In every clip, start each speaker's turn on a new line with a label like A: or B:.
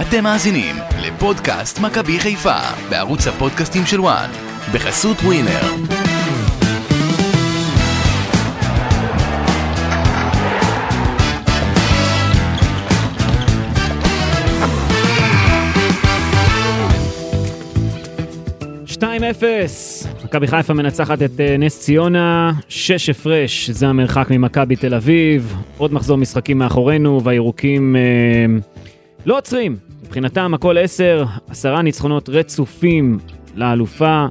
A: אתם מאזינים לפודקאסט מכבי חיפה בערוץ הפודקאסטים של וואן בחסות ווינר.
B: אפס. מכבי חיפה מנצחת את אה, נס ציונה, 6 הפרש, זה המרחק ממכבי תל אביב, עוד מחזור משחקים מאחורינו, והירוקים אה, לא עוצרים. מבחינתם הכל 10, 10 ניצחונות רצופים לאלופה.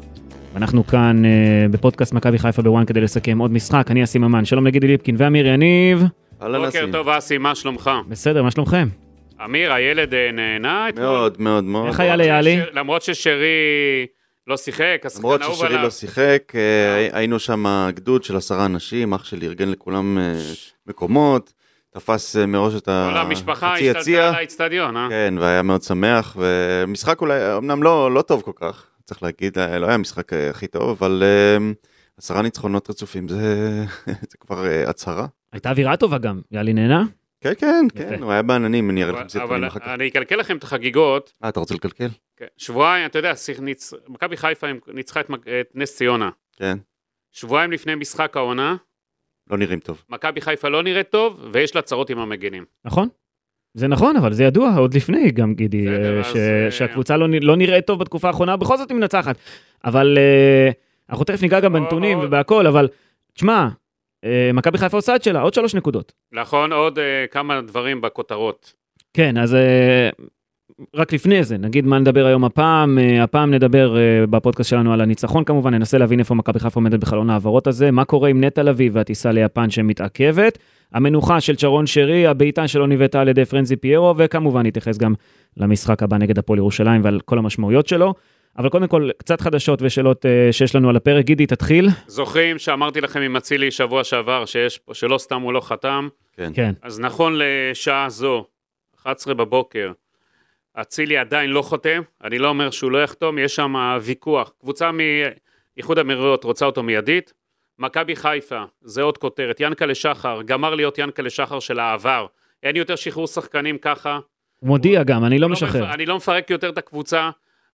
B: אנחנו כאן אה, בפודקאסט מכבי חיפה בוואן כדי לסכם עוד משחק, אני אסי ממן, שלום לגידי ליפקין ואמיר יניב.
C: אהלן
D: בוקר
C: אסי.
D: טוב אסי, מה שלומך?
B: בסדר, מה שלומכם?
D: אמיר, הילד אה, נהנה אתמול?
C: מאוד מאוד מאוד.
B: איך היה ליאלי?
D: ש- למרות ששרי לא שיחק, השחקן
C: למרות
D: האהוב
C: ששרי
D: עליו.
C: לא שיחק, אה, היינו שם גדוד של עשרה אנשים, אח שלי ארגן לכולם אה, מקומות, תפס אה, מראש את
D: כל המשפחה
C: החצי
D: השתלטה
C: יציע,
D: על האיצטדיון, אה?
C: כן, והיה מאוד שמח, ומשחק אולי, אמנם לא לא טוב כל כך, צריך להגיד, אה, לא היה המשחק אה, הכי טוב, אבל אה, עשרה ניצחונות רצופים, זה זה כבר אה, הצהרה.
B: הייתה אווירה טובה גם, יאללה נהנה?
C: כן, כן, כן,
B: יפה.
C: הוא היה בעננים, אני אראה
D: אבל-
C: לכם סרטונים
D: אבל אה,
C: אחר כך.
D: אני אקלקל לכם את החגיגות.
C: אה, אתה רוצה לקלקל?
D: כן, שבועיים, אתה יודע, שיח- ניצ- מכבי חיפה הם- ניצחה את מג- את נס ציונה.
C: כן,
D: שבועיים לפני משחק העונה,
C: לא נראים טוב.
D: מכבי חיפה לא נראית טוב, ויש לה צרות עם המגנים.
B: נכון. זה נכון, אבל זה ידוע עוד לפני גם, גידי,
D: בסדר,
B: אה,
D: אז,
B: ש...
D: אה,
B: שהקבוצה לא, נ- לא נראית טוב בתקופה האחרונה, בכל זאת היא מנצחת. אבל אה, אנחנו תכף ניגע גם
D: עוד-
B: בנתונים
D: עוד-
B: ובהכל, אבל תשמע, אה, מכבי חיפה עושה את שלה, עוד שלוש נקודות.
D: נכון, עוד אה, כמה דברים בכותרות.
B: כן, אז אה, רק לפני זה, נגיד מה נדבר היום הפעם. אה, הפעם נדבר אה, בפודקאסט שלנו על הניצחון כמובן, ננסה להבין איפה מכבי חיפה עומדת בחלון ההעברות הזה, מה קורה עם נטע לביא והטיסה ליפן שמתעכבת, המנוחה של צ'רון שרי, הבעיטה שלא נבעטה על ידי פרנזי פיירו, וכמובן נתייחס גם למשחק הבא נגד הפועל ירושלים ועל כל המשמעויות שלו. אבל קודם כל, קצת חדשות ושאלות אה, שיש לנו על הפרק. גידי, תתחיל.
D: זוכרים שאמרתי לכם עם אצילי שבוע שעבר, שיש- שלא סתם הוא לא חתם?
C: כן.
B: כן.
D: אז נכון לשעה זו, 11 בבוקר, אצילי עדיין לא חותם, אני לא אומר שהוא לא יחתום, יש שם ויכוח. קבוצה מאיחוד האמירויות רוצה אותו מיידית. מכבי חיפה, זה עוד כותרת, ינקלה שחר, גמר להיות ינקלה שחר של העבר. אין יותר שחרור שחקנים ככה.
B: הוא מודיע גם, אני לא משחרר.
D: מפ- אני לא מפרק יותר את הקבוצה.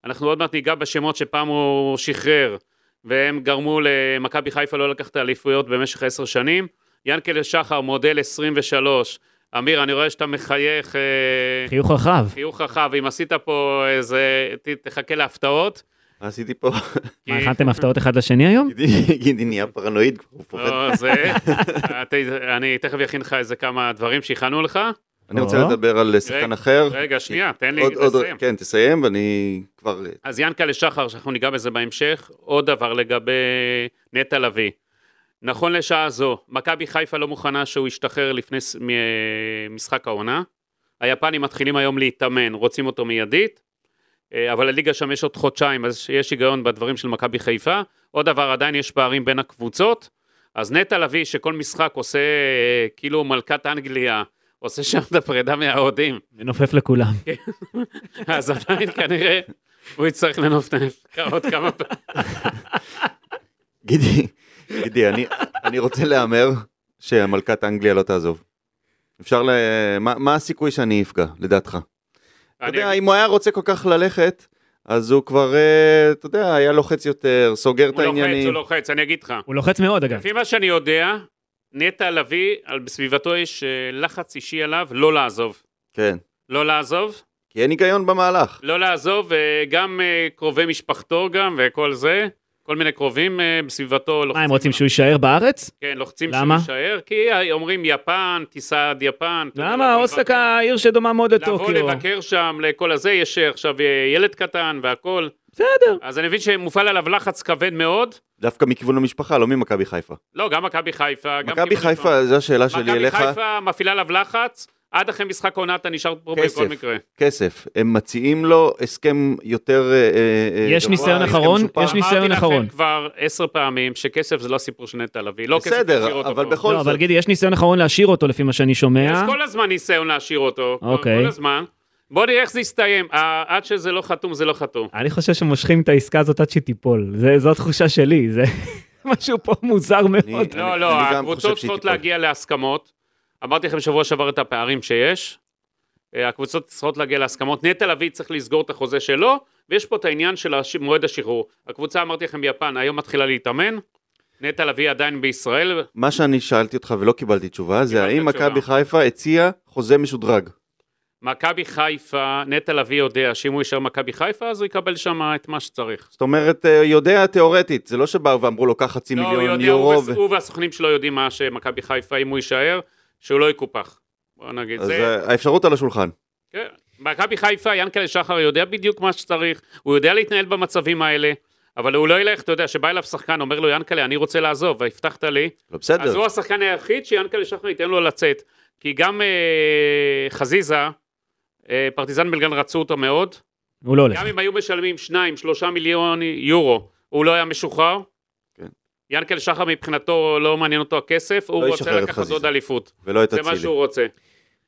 D: אנחנו עוד מעט ניגע בשמות שפעם הוא שחרר, והם גרמו למכבי חיפה לא לקחת אליפויות במשך עשר שנים. ינקלה שחר, מודל 23. אמיר, אני רואה שאתה מחייך אה,
B: חיוך רחב.
D: חיוך רחב, אם עשית פה איזה... ת- תחכה להפתעות.
C: מה עשיתי פה?
D: כי-
B: מה, הכנתם הפתעות אחד לשני היום?
C: גידי- גידי נהיה פרנואיד, כבר, הוא פוחד.
D: לא, זה... אתה- אני תכף אכין לך איזה כמה דברים שיכנו לך.
C: אני רוצה
B: לא.
C: לדבר על שחקן
D: רגע,
C: אחר.
D: רגע, שנייה, תן לי
C: עוד- עוד-
D: לסיים.
C: כן, תסיים, ואני כבר...
D: אז ינקלה שחר, שאנחנו ניגע בזה בהמשך, עוד דבר לגבי נטע לביא. נכון לשעה זו, מכבי חיפה לא מוכנה שהוא ישתחרר לפני ס- מ- משחק העונה. היפנים מתחילים היום להתאמן, רוצים אותו מיידית, אה, אבל לליגה שם יש עוד חודשיים, אז יש היגיון בדברים של מכבי חיפה. עוד דבר, עדיין יש פערים בין הקבוצות. אז נטע לביא, שכל משחק עושה אה, כאילו מלכת אנגליה, עושה שם את הפרידה מהאוהדים.
B: נופף לכולם.
D: אז עדיין כנראה הוא יצטרך לנופנף עוד כמה פעמים.
C: גידי, גידי, אני- אני רוצה להמר שהמלכת אנגליה לא תעזוב. אפשר ל... מה מה הסיכוי שאני אפגע, לדעתך? אתה יודע,
D: אני-
C: אם הוא היה רוצה כל כך ללכת, אז הוא כבר, אה, אתה יודע, היה לוחץ יותר, סוגר את
D: הוא לוחץ, הוא
C: העניינים.
D: לוחץ, אני אגיד לך.
B: הוא לוחץ מאוד, אגב.
D: לפי מה שאני יודע, נטע לביא, על- בסביבתו יש אה, לחץ אישי עליו לא לעזוב.
C: כן,
D: לא לעזוב,
C: כי אין היגיון במהלך.
D: לא לעזוב, וגם אה, קרובי משפחתו גם וכל זה, כל מיני קרובים אה, בסביבתו לוחצים.
B: מה, הם רוצים
D: עליו.
B: שהוא יישאר בארץ?
D: כן, לוחצים שהוא
B: למה?
D: יישאר, כי אה, אומרים יפן, טיסה עד יפן. אתה יודע,
B: למה? כאילו.
D: לבוא
B: אוסקה עיר שדומה מאוד
D: לבקר-
B: לטוקיו.
D: לא, לבוא לבקר שם, לכל הזה, יש אה, עכשיו אה, ילד קטן והכל.
B: בסדר.
D: אז אני מבין שמופעל עליו לחץ כבד מאוד.
C: דווקא מכיוון המשפחה, לא ממכבי חיפה.
D: לא, גם מכבי חיפה. גם
C: מכבי
D: כיוון ראשון.
C: חיפה, זו השאלה שלי אליך.
D: מכבי חיפה מפעילה עליו לחץ, עד אחרי משחק העונה אתה נשאר פה
C: כסף.
D: בכל מקרה.
C: כסף, הם מציעים לו הסכם יותר אה, אה,
B: יש ניסיון
C: הסכם
B: אחרון,
C: משופר.
B: יש ניסיון
D: אמרתי
B: אחרון.
D: לכם כבר עשר פעמים שכסף זה לא סיפור של נטע לביא, לא כסף
C: בסדר,
D: להשאיר אותו
C: אבל
D: פה.
C: בכל-
B: לא, אבל
C: זאת.
B: גידי, יש ניסיון אחרון להשאיר אותו לפי מה שאני
D: יש
B: שומע.
D: כל הזמן ניסיון להשאיר אותו, כבר
B: אוקיי.
D: כל הזמן. בוא נראה איך זה יסתיים, אה, עד שזה לא חתום זה לא חתום.
B: אני חושב שמושכים את העסקה הזאת עד שתיפול. זה- זו התחושה שלי, זה משהו פה מוזר מאוד.
C: אני-
D: לא, לא,
C: אני גם חושב
D: הקבוצות
C: שהיא
D: צריכות
C: תיפול.
D: להגיע להסכמות. אמרתי לכם שבוע שעבר את הפערים שיש, אה, הקבוצות צריכות להגיע להסכמות. נטע לביא צריך לסגור את החוזה שלו, ויש פה את העניין של הש- מועד השחרור. הקבוצה, אמרתי לכם, ביפן, היום מתחילה להתאמן, נטע לביא עדיין בישראל,
C: מה שאני שאלתי אותך ולא קיבלתי תשובה, זה
D: קיבלת
C: האם
D: תשובה.
C: מכבי חיפה הציעה חוזה משודרג.
D: מכבי חיפה, נטע לביא יודע שאם הוא יישאר מכבי חיפה, אז הוא יקבל שם את מה שצריך.
C: זאת אומרת, אה, יודע תיאורטית, זה לא שבאו ואמרו לו, קח חצי
D: לא, הוא
C: מיליון
D: יודע, הוא
C: יורו.
D: וס-
C: ו-
D: הוא והסוכנים שלו יודעים מה שמכבי חיפה, אם הוא יישאר, שהוא לא יקופח. בוא נגיד,
C: אז
D: זה...
C: אה, האפשרות על השולחן.
D: כן. מכבי חיפה, ינקלה שחר יודע בדיוק מה שצריך, הוא יודע להתנהל במצבים האלה, אבל הוא לא ילך, אתה יודע, שבא אליו שחקן, אומר לו, ינקלה, אני רוצה לעזוב, הבטחת לי.
C: לא
D: אז
C: בסדר.
D: הוא השחקן היחיד שיענקלה שחר ייתן לו לצאת. כי גם אה, חזיזה, אה, פרטיזן בלגן רצו אותו מאוד,
B: הוא לא הולך.
D: גם אם היו משלמים 2, 3 מיליון יורו, הוא לא היה משוחרר.
C: כן.
D: ינקל שחר מבחינתו לא מעניין אותו הכסף, הוא
C: לא
D: רוצה
C: ישחרר את
D: לקחת
C: חזיזה.
D: עוד אליפות.
C: ולא את
D: זה מה
C: אצילי.
D: שהוא רוצה.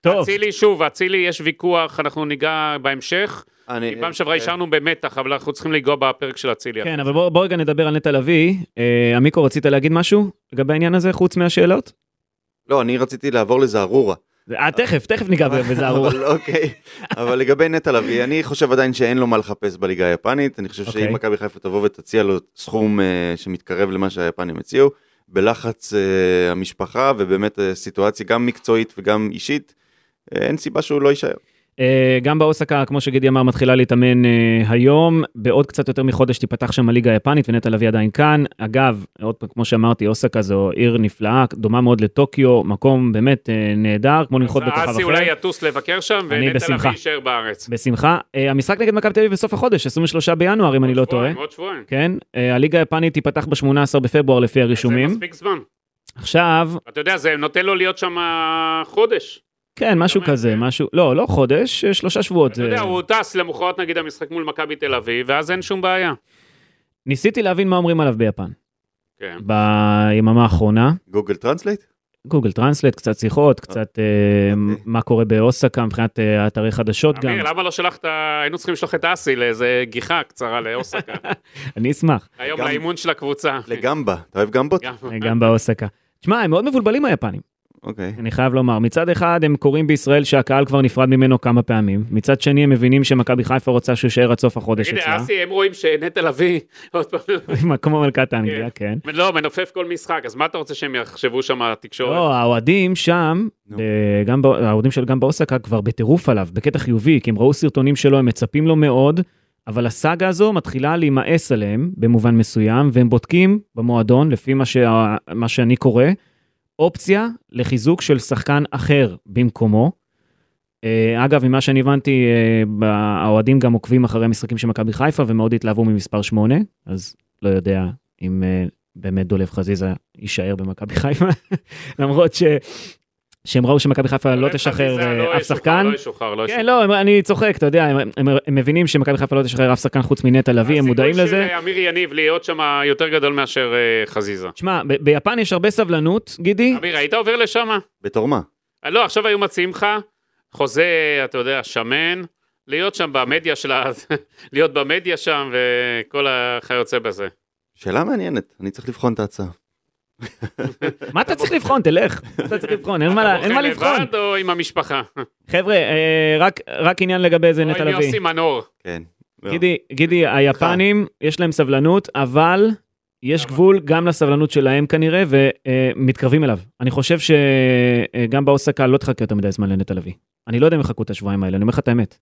B: טוב,
D: אצילי, שוב, אצילי יש ויכוח, אנחנו ניגע בהמשך.
C: אני-
D: כי פעם שעברה
C: אה,
D: השארנו במתח, אבל אנחנו צריכים לנגוע בפרק של אצילי.
B: כן, אבל בוא, בוא רגע נדבר על נטע לביא. אה, עמיקו, רצית להגיד משהו לגבי העניין הזה, חוץ מהשאלות?
C: לא, אני רציתי לעבור לזערורה.
B: אה, תכף, תכף ניגע בזה ארוך.
C: אבל אוקיי. אבל לגבי נטע לביא, אני חושב עדיין שאין לו מה לחפש בליגה היפנית. אני חושב
B: אוקיי.
C: שאם מכבי חיפה תבוא ותציע לו סכום אה, שמתקרב למה שהיפנים הציעו, בלחץ אה, המשפחה ובאמת אה, סיטואציה גם מקצועית וגם אישית, אה, אין סיבה שהוא לא יישאר.
B: אה, גם באוסקה, כמו שגידי אמר, מתחילה להתאמן אה, היום. בעוד קצת יותר מחודש תיפתח שם הליגה היפנית, ונטע לביא עדיין כאן. אגב, עוד פעם, כמו שאמרתי, אוסקה זו עיר נפלאה, דומה מאוד לטוקיו, מקום באמת אה, נהדר, כמו לנחות בכוכב
D: אסי
B: אחר.
D: אולי יטוס לבקר שם,
B: אני
D: ונטע
B: בשמחה.
D: לביא יישאר בארץ.
B: בשמחה. אה, המשחק נגד מכבי תל אביב בסוף החודש, 23 בינואר, אם אני לא
D: עוד
B: טועה.
D: שבועיים, עוד שבועיים.
B: כן, אה, הליגה היפנית תיפתח ב-18 בפברואר לפי
D: זה
B: הרישומים.
D: מספיק זמן.
B: עכשיו,
D: אתה יודע, זה נותן לו להיות שם חודש.
B: כן, משהו
D: אומר,
B: כזה,
D: כן.
B: משהו, לא, לא חודש, אה, שלושה שבועות.
D: אתה יודע,
B: אה,
D: הוא טס למחרת נגיד המשחק מול מכבי תל אביב, ואז אין שום בעיה.
B: ניסיתי להבין מה אומרים עליו ביפן
D: כן.
B: ביממה האחרונה.
C: גוגל טרנסלייט?
B: גוגל טרנסלט, קצת שיחות, קצת אה,
C: אוקיי.
B: מה קורה באוסקה מבחינת אה, אתרי חדשות גם.
D: אמיר, למה לא שלחת, היינו צריכים לשלוח את אסי לאיזה גיחה קצרה לאוסקה.
B: אני אשמח, אה,
D: היום
C: גם-
D: לאימון של הקבוצה. כן.
C: לגמבה. אתה אוהב גמבות?
D: גם-
B: גם באוסקה. תשמע, הם מאוד מבולבלים היפנים,
C: אוקיי.
B: אני חייב לומר. מצד אחד, הם קוראים בישראל שהקהל כבר נפרד ממנו כמה פעמים. מצד שני, הם מבינים שמכבי חיפה רוצה שהוא יישאר עד סוף החודש
D: תגיד,
B: אצלה.
D: אסי, הם רואים שנטע לביא, עוד פעם,
B: כמו מלכת האנגליה, כן.
D: לא, מנופף כל משחק, אז מה אתה רוצה שהם יחשבו שם על התקשורת?
B: לא, האוהדים שם,
C: נו.
B: ב- אה, גם בא- האוהדים של גם באוסקה כבר בטירוף עליו, בקטע חיובי, כי הם ראו סרטונים שלו, הם מצפים לו מאוד, אבל הסאגה הזו מתחילה להימאס עליהם במובן מסוים, והם בודקים במועדון, לפי מה, שה, מה שאני קורא, אופציה לחיזוק של שחקן אחר במקומו. אה, אגב, ממה שאני הבנתי, אה, ב- האוהדים גם עוקבים אחרי משחקים של מכבי חיפה ומאוד התלהבו ממספר 8, אז לא יודע אם אה, באמת דולב חזיזה יישאר במכבי חיפה, למרות ש... שהם ראו שמכבי חיפה לא
D: אולי
B: תשחרר
D: חזיזה לא
B: אה, אף
D: ישוחרר,
B: שחקן.
D: לא ישוחרר, לא ישוחרר.
B: כן, לא, הם- אני צוחק, אתה יודע, הם- הם הם מבינים שמכבי חיפה לא תשחרר אף שחקן חוץ מנטע לביא, הם מודעים לזה.
D: הסיכוי של אה, אמיר יניב להיות שם יותר גדול מאשר אה, חזיזה.
B: תשמע, ב- ביפן יש הרבה סבלנות, גידי.
D: אמיר, היית עובר לשם?
C: בתור מה?
D: אה, לא, עכשיו היו מציעים לך חוזה, אתה יודע, שמן, להיות שם במדיה של ה... להיות במדיה שם וכל החייוצא בזה.
C: שאלה מעניינת, אני צריך לבחון את ההצעה.
B: מה אתה צריך לבחון? תלך. אתה צריך לבחון, אין מה לה- אין מה
D: אתה
B: לבחון.
D: אוכל לבד או עם המשפחה?
B: חבר'ה, אה, רק- רק עניין לגבי זה
D: או
B: נטע
D: עם
B: לביא.
D: יוסי מנור.
C: כן.
D: לא.
B: גידי, גידי,
D: אה,
B: היפנים, יש להם סבלנות, אבל יש
D: למה?
B: גבול גם לסבלנות שלהם כנראה, ומתקרבים אליו. אני חושב שגם באוסקה לא תחכה יותר מדי זמן לנטע לביא. אני לא יודע אם יחכו את השבועיים האלה, אני אומר לך את האמת.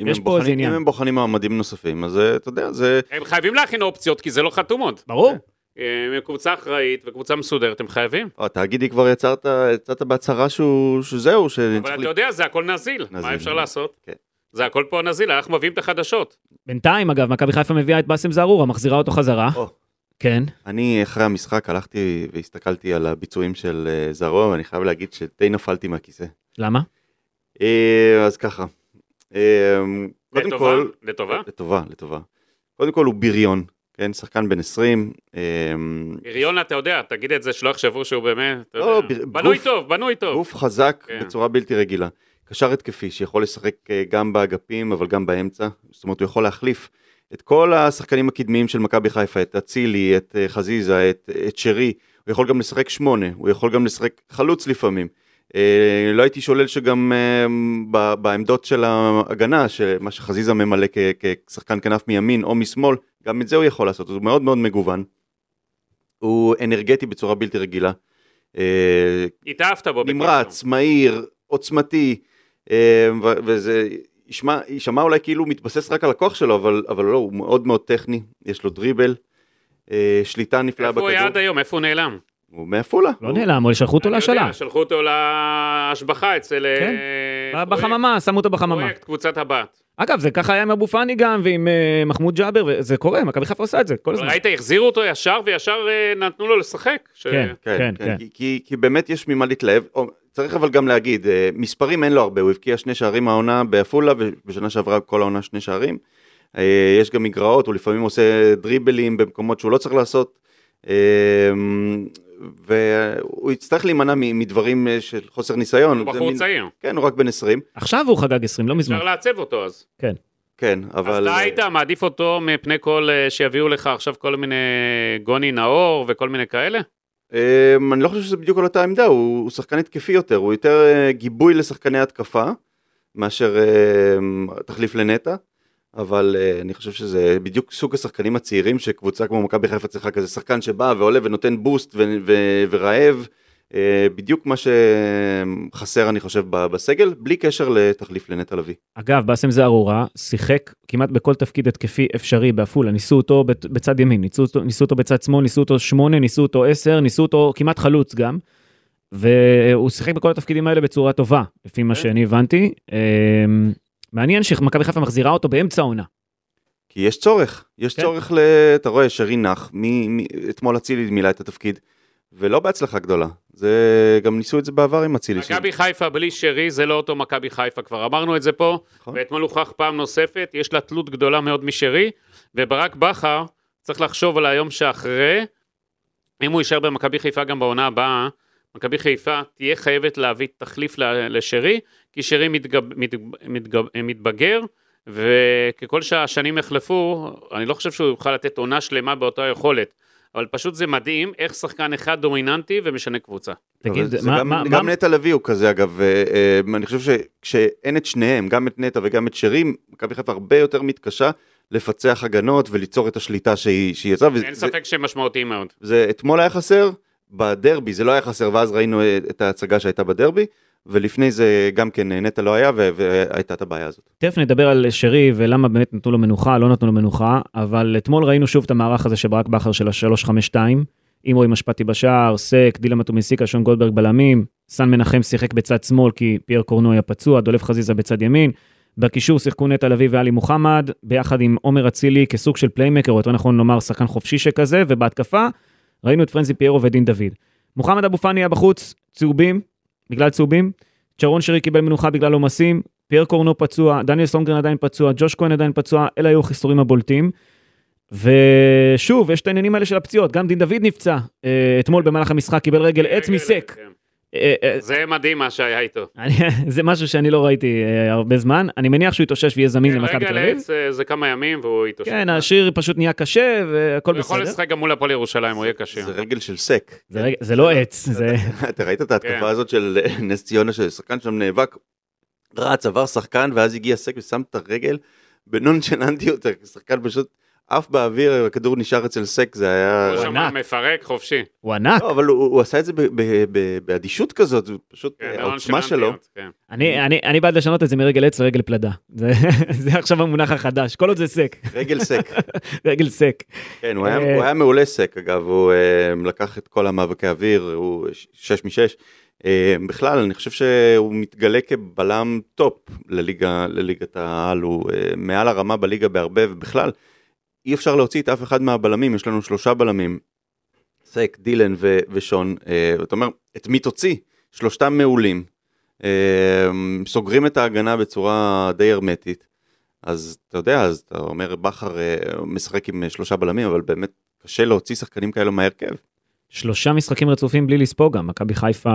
C: אם
B: יש
C: הם
B: פה
C: בוחנים-
B: איזה עניין.
C: אם הם בוחנים מעמדים נוספים, אז אה, אתה יודע, זה...
D: הם חייבים להכין אופציות, כי זה לא חתום עוד.
B: ברור.
D: אה, הם קבוצה אחראית וקבוצה מסודרת, הם חייבים.
C: או, אתה תגידי כבר יצרת, יצאת בהצהרה שהוא, שזהו, שצריך...
D: אבל אתה
C: ל-
D: יודע, זה הכל נזיל. מה
C: נזיל,
D: אפשר לעשות?
C: כן.
D: זה הכל פה נזיל, אנחנו מביאים את החדשות.
B: בינתיים, אגב, מכבי חיפה מביאה את באסם זערורה, מחזירה אותו חזרה.
C: או.
B: כן.
C: אני אחרי המשחק הלכתי והסתכלתי על הביצועים של אה, זרוע, ואני חייב להגיד שדי נפלתי מהכיסא.
B: למה?
C: אה, אז ככה, אה, קודם
D: לטובה?
C: כל,
D: לטובה?
C: לטובה, לטובה. קודם כל הוא בריון, כן, שחקן בן 20, אה,
D: בריון, אתה יודע, תגיד את זה, שלא יחשבו שהוא באמת, אתה
C: לא,
D: יודע.
C: ביר-
D: בנוי
C: גוף-
D: טוב, בנוי טוב.
C: גוף חזק
D: כן.
C: בצורה בלתי רגילה. קשר התקפי שיכול לשחק אה, גם באגפים אבל גם באמצע, זאת אומרת הוא יכול להחליף את כל השחקנים הקדמיים של מכבי חיפה, את אצילי, את אה, חזיזה, את, את שרי, הוא יכול גם לשחק שמונה, הוא יכול גם לשחק חלוץ לפעמים. אה, לא הייתי שולל שגם אה, ב- בעמדות של ההגנה, שמה שחזיזה ממלא כ- כשחקן כנף מימין או משמאל, גם את זה הוא יכול לעשות, הוא מאוד מאוד מגוון. הוא אנרגטי בצורה בלתי רגילה. אה,
D: התאהבת בו. בקיצור.
C: נמרץ, מהיר, עוצמתי, אה, ו- וזה ישמע, יישמע אולי כאילו הוא מתבסס רק על הכוח שלו, אבל, אבל לא, הוא מאוד מאוד טכני, יש לו דריבל, אה, שליטה נפלאה
D: איפה הוא
C: בכדור.
D: היה עד היום? איפה הוא נעלם?
C: הוא מעפולה.
B: לא
C: הוא-
B: נעלם, אבל שלחו אותו
D: אני
B: להשאלה.
D: יודע, שלחו אותו להשבחה אצל... אה,
B: כן.
D: פרויקט-
B: בחממה, שמו אותו בחממה.
D: פרויקט קבוצת הבת.
B: אגב, זה ככה היה עם אבו פאני גם, ועם אה, מחמוד ג'אבר, וזה קורה, מכבי חיפה עושה את זה כל
D: אבל
B: הזמן.
D: ראית, החזירו אותו ישר וישר אה, נתנו לו לשחק. ש-
B: כן,
C: כן,
B: כן, כן.
C: כי- כי, כי באמת יש ממה להתלהב. או, צריך אבל גם להגיד, אה, מספרים אין לו הרבה, הוא הבקיע שני שערים העונה בעפולה, ובשנה שעברה כל העונה שני שערים. אה, יש גם מגרעות, הוא לפעמים עושה דריבלים במקומות שהוא לא צריך לעשות. אה, והוא יצטרך להימנע מ- מדברים אה, של חוסר ניסיון.
D: הוא
C: זה
D: בחור
C: מין-
D: צעיר.
C: כן, הוא רק בן 20,
B: עכשיו הוא חגג 20, לא מזמן.
D: אפשר לעצב אותו אז.
C: כן, אבל...
D: אז אתה
C: אה,
D: היית מעדיף אותו מפני כל אה, שיביאו לך עכשיו כל מיני אה, גוני נאור וכל מיני כאלה?
C: אמ, אני לא חושב שזה בדיוק על אותה עמדה, הוא, הוא שחקן התקפי יותר, הוא יותר אה, גיבוי לשחקני התקפה מאשר אמ, תחליף לנטע, אבל אה, אני חושב שזה בדיוק סוג השחקנים הצעירים שקבוצה כמו מכבי חיפה צריכה כזה שחקן שבא ועולה ונותן בוסט ו, ו, ורעב, אה, בדיוק מה שחסר אני חושב ב- בסגל, בלי קשר לתחליף לנטע לביא.
B: אגב, באסם זערורה שיחק כמעט בכל תפקיד התקפי אפשרי בעפולה, ניסו אותו בת- בצד ימין, ניסו אותו, ניסו אותו בצד שמאל, ניסו אותו שמונה, ניסו אותו עשר, ניסו אותו כמעט חלוץ גם. והוא שיחק בכל התפקידים האלה בצורה טובה, לפי מה
D: כן.
B: שאני הבנתי. אמ, מעניין שמכבי חיפה מחזירה אותו באמצע העונה.
C: כי יש צורך, יש
B: כן.
C: כן. צורך ל... אתה רואה, שרין נח, מי, מי, אתמול אצילי מילא את התפקיד, ולא בהצלחה גדולה. זה, גם ניסו את זה בעבר עם אצילי.
D: מכבי חיפה בלי שרי זה לא אותו מכבי חיפה, כבר אמרנו את זה פה,
C: נכון.
D: ואתמול הוכח פעם נוספת, יש לה תלות גדולה מאוד משרי, וברק בכר צריך לחשוב על היום שאחרי, אם הוא יישאר במכבי חיפה גם בעונה הבאה, מכבי חיפה תהיה חייבת להביא תחליף ל- לשרי, כי שרי מתגב, מתגב, מתגב, מתבגר, וככל שהשנים יחלפו, אני לא חושב שהוא יוכל לתת עונה שלמה באותה יכולת. אבל פשוט זה מדהים איך שחקן אחד דומיננטי ומשנה קבוצה.
B: תגיד,
C: אבל זה
B: מה-
C: גם,
B: מה-
C: גם
B: מה-
C: נטע לביא הוא כזה אגב, אה, אה, אני חושב שכשאין את שניהם, גם את נטע וגם את שרים, מכבי חיפה הרבה יותר מתקשה לפצח הגנות וליצור את השליטה שהיא, שהיא יצאה, וזה
D: אין ספק שהם משמעותיים מאוד.
C: זה, אתמול היה חסר, בדרבי זה לא היה חסר, ואז ראינו אה, את ההצגה שהייתה בדרבי, ולפני זה גם כן אה, נטע לא היה ו- והייתה את הבעיה הזאת.
B: תכף נדבר על שרי ולמה באמת נתנו לו מנוחה, לא נתנו לו מנוחה, אבל אתמול ראינו שוב את המערך הזה של ברק בכר של ה-352, עם רועי משפטי בשער, סק, דילם אטומיסיקה, שון גולדברג בלמים, סן מנחם שיחק בצד שמאל כי פייר קורנו היה פצוע, דולף חזיזה בצד ימין. בקישור שיחקו נטע לביא ואלי מוחמד, ביחד עם עומר אצילי כסוג של פליימקר, או יותר נכון לומר שחקן חופשי שכזה, ובהתקפה ראינו את פרנזי פיירו ודין דוד. מוחמד אבו פאני היה בחוץ, צהובים, בגלל צהובים, צ'רון שרי קיבל מנוחה בגלל עומסים, פייר קורנו פצוע, דניאל סונגרן עדיין פצוע, ג'וש כהן עדיין פצוע, אלה היו החיסורים הבולטים. ושוב, יש את העניינים האלה של הפציעות, גם דין דוד נפצע אה, אתמול במהלך המשחק, קיבל רגל עץ מסק.
D: כן.
B: אה, אה,
D: זה מדהים מה שהיה איתו.
B: אני- זה משהו שאני לא ראיתי אה, הרבה זמן, אני מניח שהוא יתאושש ויהיה זמין למכבי תל
D: רגע
B: אביב.
D: לעץ אה, זה כמה ימים והוא יתאושש.
B: כן, השיר פשוט נהיה קשה והכל
D: הוא יכול
B: בסדר.
D: לשחק גם מול הפועל ירושלים, הוא יהיה קשה.
C: זה רגל של סק. כן.
B: זה רגע- זה לא עץ, זה...
C: אתה ראית את ההתקפה
D: כן.
C: הזאת של אה, נס ציונה, ששחקן שם נאבק, רץ, עבר שחקן, ואז הגיע סק ושם את הרגל בנונשלנטיות, שחקן פשוט עף באוויר, הכדור נשאר אצל סק, זה היה...
D: הוא שם
B: ענק.
D: מפרק חופשי.
B: הוא ענק.
C: לא, אבל הוא, הוא עשה את זה ב- ב- ב- באדישות כזאת, זה פשוט אה,
D: כן, ברון
C: העוצמה שלו.
D: שלנטיות, כן.
B: אני- אני אני בעד לשנות את זה מרגל עץ לרגל פלדה. זה- זה עכשיו המונח החדש, כל עוד זה סק,
C: רגל סק,
B: רגל סק.
C: כן, הוא היה,
B: אה.
C: הוא היה מעולה סק אגב, הוא אה, לקח את כל המאבקי אוויר, הוא ש- שש משש. אה, בכלל, אני חושב שהוא מתגלה כבלם טופ לליגה, לליגת העל, הוא אה, מעל הרמה בליגה בהרבה, ובכלל, אי אפשר להוציא את אף אחד מהבלמים, יש לנו שלושה בלמים, סק, דילן ו- ושון, אה, ואתה אומר, את מי תוציא? שלושתם מעולים. אה, סוגרים את ההגנה בצורה די הרמטית. אז אתה יודע, אז אתה אומר, בכר אה, משחק עם אה, שלושה בלמים, אבל באמת קשה להוציא שחקנים כאלו מההרכב.
B: שלושה משחקים רצופים בלי לספוג גם, מכבי חיפה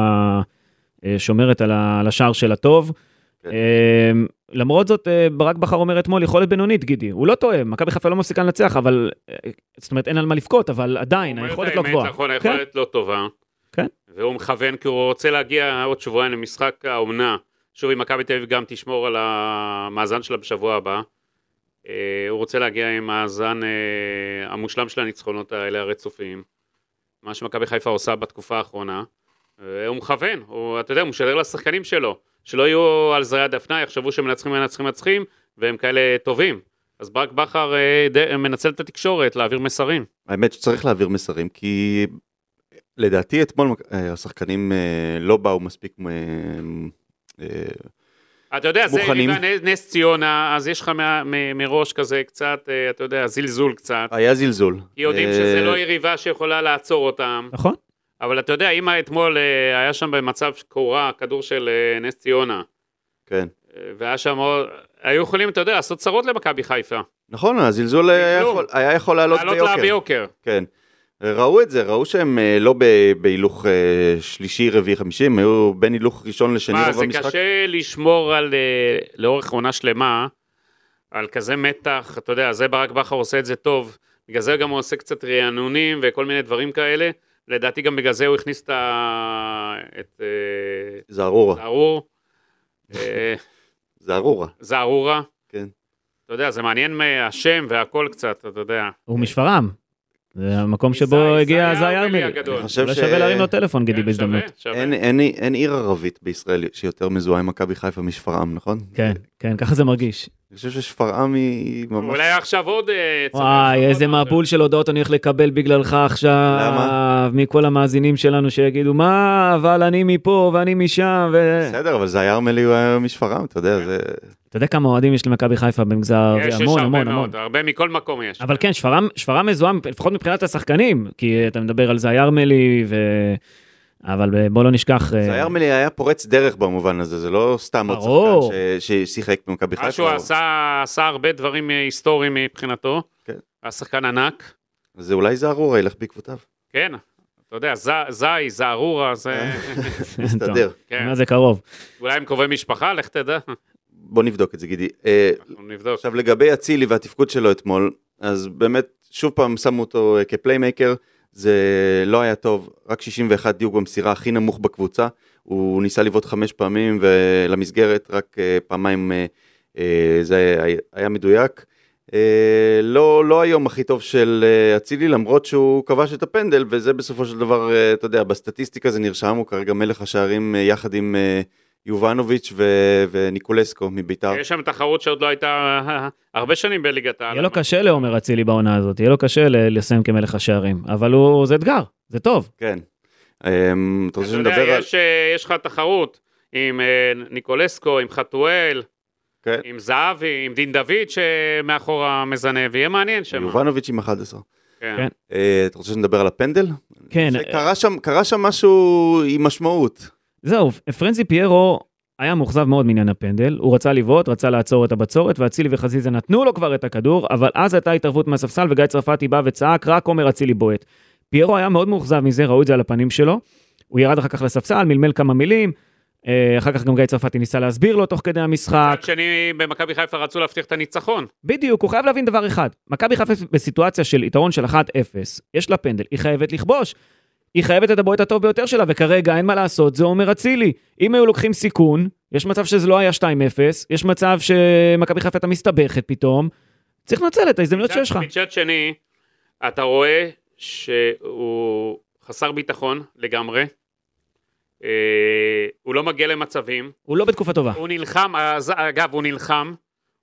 B: אה, שומרת על ה- על השער של הטוב.
C: כן.
B: אה, למרות זאת, אה, ברק בכר אומר אתמול, יכולת בינונית, גידי. הוא לא טועה, מכבי חיפה לא מפסיקה לנצח, אבל... אה, זאת אומרת, אין על מה לבכות, אבל עדיין,
D: הוא אומר את
B: היכולת לא
D: האמת,
B: גבוהה.
D: נכון,
B: כן,
D: היכולת לא טובה.
B: כן.
D: והוא מכוון כי הוא רוצה להגיע עוד שבועיים למשחק האומנה. שוב, אם מכבי תל אביב גם תשמור על המאזן שלה בשבוע הבא. אה, הוא רוצה להגיע עם מאזן אה, המושלם של הניצחונות האלה הרצופיים. מה שמכבי חיפה עושה בתקופה האחרונה. אה, הוא מכוון, הוא, אתה יודע, הוא משדר לשחקנים שלו. שלא יהיו על זרי הדפנה, יחשבו שמנצחים, מנצחים, מנצחים, והם כאלה טובים. אז ברק בכר אה, די- מנצל את התקשורת להעביר מסרים.
C: האמת שצריך להעביר מסרים, כי לדעתי אתמול אה, השחקנים אה, לא באו מספיק אה, אה,
D: אתה יודע, זה
C: מוכנים.
D: ליגה נס- נס ציונה, אז יש לך מה- מ- מראש כזה קצת, אה, אתה יודע, זלזול קצת.
C: היה זלזול.
D: כי יודעים
C: אה,
D: שזה לא יריבה שיכולה לעצור אותם.
B: נכון?
D: אבל אתה יודע, אם אתמול אה, היה שם במצב קורה כדור של אה, נס ציונה,
C: כן.
D: אה, והיה שם עוד... היו יכולים, אתה יודע, לעשות צרות למכבי חיפה.
C: נכון, הזלזול היה
D: כלום.
C: יכול, היה יכול לעלות
D: לעלות לה
C: ביוקר.
D: ביוקר.
C: כן. ראו את זה, ראו שהם אה, לא ב- בהילוך אה, שלישי, רביעי, חמישי, הם היו בין הילוך ראשון לשני
D: מה,
C: רוב
D: זה
C: המשחק.
D: קשה לשמור על, אה, לאורך עונה שלמה, על כזה מתח, אתה יודע, זה ברק בכר עושה את זה טוב, בגלל זה גם הוא עושה קצת רענונים וכל מיני דברים כאלה, לדעתי גם בגלל זה הוא הכניס את ה... את אה,
C: זערורה,
D: זערור, אה,
C: זערורה,
D: זערורה,
C: כן.
D: אתה יודע, זה מעניין מהשם והכל קצת, אתה יודע.
C: כן.
B: הוא משפרעם. זה המקום
D: עיסאי-
B: שבו הגיע
D: עיסאי
B: זאי
D: ארבלי
B: ארמלי.
D: הגדול.
C: אני חושב
B: אולי
C: ש-
B: שווה להרים לו טלפון, גידי,
D: כן,
B: בהזדמנות.
D: שווה, שווה.
C: אין, אין, אין עיר ערבית בישראל שיותר מזוהה עם מכבי חיפה משפרעם, נכון?
B: כן, כן, ככה זה מרגיש.
C: אני חושב ששפרעם היא ממש...
D: אולי עכשיו עוד... אה, צריך
B: וואי,
D: לעשות
B: איזה
D: עוד משהו.
B: מבול של הודעות אני הולך לקבל בגללך עכשיו.
C: למה?
B: מכל המאזינים שלנו שיגידו, מה, אבל אני מפה ואני משם, ו...
C: בסדר, אבל זה היה ארמלי, הוא היה משפרעם, אתה יודע, זה...
B: אתה יודע כמה אוהדים יש למכבי חיפה במגזר הערבי?
D: יש, יש
B: המון,
D: הרבה
B: המון, המון.
D: מאוד, הרבה מכל מקום יש.
B: אבל כן, שפרעם, שפרעם מזוהה, לפחות מבחינת השחקנים, כי אתה מדבר על זאי ארמלי, ו... אבל בוא לא נשכח... אה,
C: זה ארמלי היה פורץ דרך במובן הזה, זה לא סתם עוד
B: ברור.
C: שחקן ש- ששיחק במכבי חיפה.
D: מה שהוא
C: הוא-
D: עשה, עשה הרבה דברים אה, היסטוריים מבחינתו.
C: כן.
D: היה שחקן ענק.
C: אז אולי זערורה ילך בעקבותיו,
D: כן, אתה יודע, ז- זי, זערורה, זה...
C: אה.
B: טוב,
C: מסתדר.
D: כן.
B: מה זה קרוב.
D: אולי הם קרובי משפחה, לך תדע.
C: בוא נבדוק את זה, גידי. אה,
D: אנחנו נבדוק.
C: עכשיו לגבי אצילי והתפקוד שלו אתמול, אז באמת, שוב פעם שמו אותו אה, כפליימייקר, זה לא היה טוב, רק 61 דיוק במסירה, הכי נמוך בקבוצה, הוא ניסה לבעוט חמש פעמים ולמסגרת רק אה, פעמיים אה, אה, זה היה- היה מדויק. אה, לא, לא היום הכי טוב של אה, אצילי, למרות שהוא כבש את הפנדל, וזה בסופו של דבר, אה, אתה יודע, בסטטיסטיקה זה נרשם, הוא כרגע מלך השערים אה, יחד עם אה, יובנוביץ' ו- וניקולסקו מביתר.
D: יש שם תחרות שעוד לא הייתה אה, הרבה שנים בליגת העל.
B: יהיה לו קשה לעומר אצילי בעונה הזאת, יהיה לו קשה ל- לסיים כמלך השערים, אבל הוא, זה אתגר, זה טוב.
C: כן. אמ, אתה רוצה
D: אתה יודע,
C: שנדבר על...
D: יש, אה, יש לך תחרות עם אה, ניקולסקו, עם חתואל,
C: כן.
D: עם זהבי, עם דין דוד שמאחור המזנב, יהיה מעניין שם.
C: יובנוביץ' עם 11.
D: כן.
B: כן.
C: אה, אתה רוצה שנדבר על הפנדל?
B: כן,
C: שקרה שם- קרה שם משהו עם משמעות.
B: זהו, פרנזי פיירו היה מאוכזב מאוד מעניין הפנדל, הוא רצה לבעוט, רצה לעצור את הבצורת, ואצילי וחזיזה נתנו לו כבר את הכדור, אבל אז הייתה התערבות מהספסל וגיא צרפתי בא וצעק, רק עומר אצילי בועט. פיירו היה מאוד מאוכזב מזה, ראו את זה על הפנים שלו, הוא ירד אחר כך לספסל, מלמל כמה מילים, אה, אחר כך גם גיא צרפתי ניסה להסביר לו תוך כדי המשחק.
D: מצד שני, במכבי חיפה רצו להבטיח את הניצחון.
B: בדיוק, הוא חייב להבין דבר אחד. מכבי חיפה בסיטואציה של יתרון של 1-0, יש לה פנדל, היא חייבת לכבוש. היא חייבת את הבועט הטוב ביותר שלה, וכרגע אין מה לעשות, זה עומר אצילי. אם היו לוקחים סיכון, יש מצב שזה לא היה 2-0, יש מצב שמכבי חיפה הייתה מסתבכת פתאום. צריך לנצל את ההזדמנויות שיש לך.
D: מצד שני, אתה רואה שהוא חסר ביטחון לגמרי. אה, הוא לא מגיע למצבים,
B: הוא לא בתקופה טובה.
D: הוא נלחם, אז- אגב, הוא נלחם,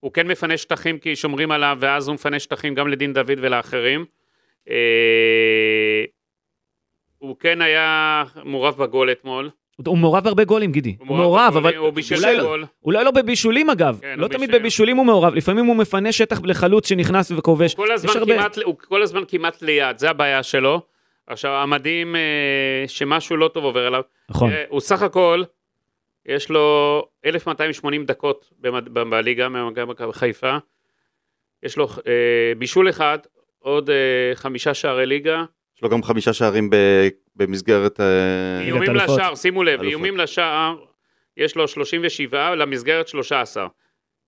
D: הוא כן מפנה שטחים כי שומרים עליו, ואז הוא מפנה שטחים גם לדין דוד ולאחרים. אה, הוא כן היה מעורב בגול אתמול.
B: הוא מעורב בהרבה גולים, גידי. הוא מעורב,
D: בגולים,
B: אבל...
D: הוא בישל
B: אולי לא-
D: גול.
B: אולי לא בבישולים אגב.
D: כן,
B: לא
D: הוא
B: תמיד
D: בישל.
B: בבישולים הוא מעורב, לפעמים הוא מפנה שטח לחלוץ שנכנס וכובש.
D: כל הזמן,
B: יש הרבה.
D: כמעט, הוא כל הזמן כמעט ליד, זה הבעיה שלו. עכשיו, המדהים אה, שמשהו לא טוב עובר עליו.
B: נכון.
D: תראה, הוא סך הכל, יש לו 1,280 דקות במד- ב- בליגה, במגע מכבי חיפה. יש לו אה, בישול אחד, עוד אה, חמישה שערי ליגה.
C: יש לו גם חמישה שערים ב- במסגרת... אה,
B: ליגת
D: איומים
B: אלופות.
D: לשער, שימו לב,
C: אלופות.
D: איומים לשער, יש לו 37, למסגרת 13.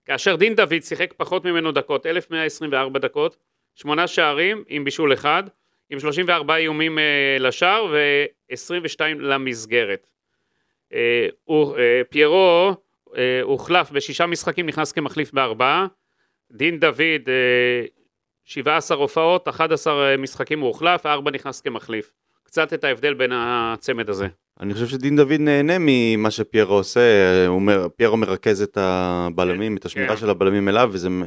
D: כאשר דין דוד שיחק פחות ממנו דקות, 1,124 דקות, שמונה שערים עם בישול אחד. עם 34 איומים אה, לשער ו-22 למסגרת. אה, הוא- אה, פיירו אה, הוחלף בשישה משחקים, נכנס כמחליף בארבעה. דין דוד, אה, 17 הופעות, 11 משחקים הוא הוחלף, 4 נכנס כמחליף. קצת את ההבדל בין הצמד הזה.
C: אני חושב שדין דוד נהנה ממה שפיירו עושה, אה, הוא מ- פיירו מרכז את הבלמים, את השמירה
D: כן.
C: של הבלמים אליו, וזה מ-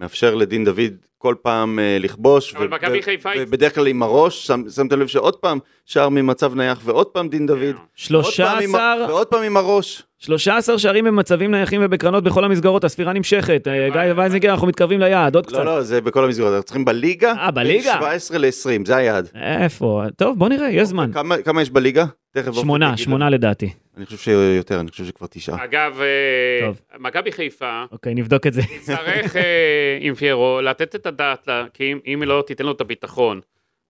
C: מאפשר לדין דוד כל פעם אה, לכבוש.
D: אבל
C: ו-
D: מכבי
C: ו-
D: חיפה-
C: ובדרך כלל עם הראש, שם- שמת לב שעוד פעם שער ממצב נייח, ועוד פעם דין דוד.
D: כן.
C: עוד פעם עם ה- לא,
B: 13,
C: ועוד פעם עם הראש.
B: 13 שערים במצבים נייחים ובקרנות בכל המסגרות, הספירה נמשכת. אה, גיא
D: אה,
B: וייזנגר, אנחנו מתקרבים ליעד, עוד
C: לא,
B: קצת.
C: לא, זה בכל המסגרות, אנחנו צריכים בליגה.
B: אה, בליגה?
C: בין 17 ל-20, זה היעד.
B: איפה? טוב, בוא נראה, יש זמן.
C: כמה- כמה יש בליגה? תכף. אופק
B: נכון. שמונה,
C: יגיד לנו.
B: שמונה לדעתי.
C: אני חושב שיותר, אני חושב שכבר תשעה.
D: אגב, אה,
B: טוב.
D: מכבי חיפה
B: אוקיי, נבדוק את זה.
D: תצטרך אה, עם פיירו לתת את הדעת, לה- כי אם- אם היא לא תיתן לו את הביטחון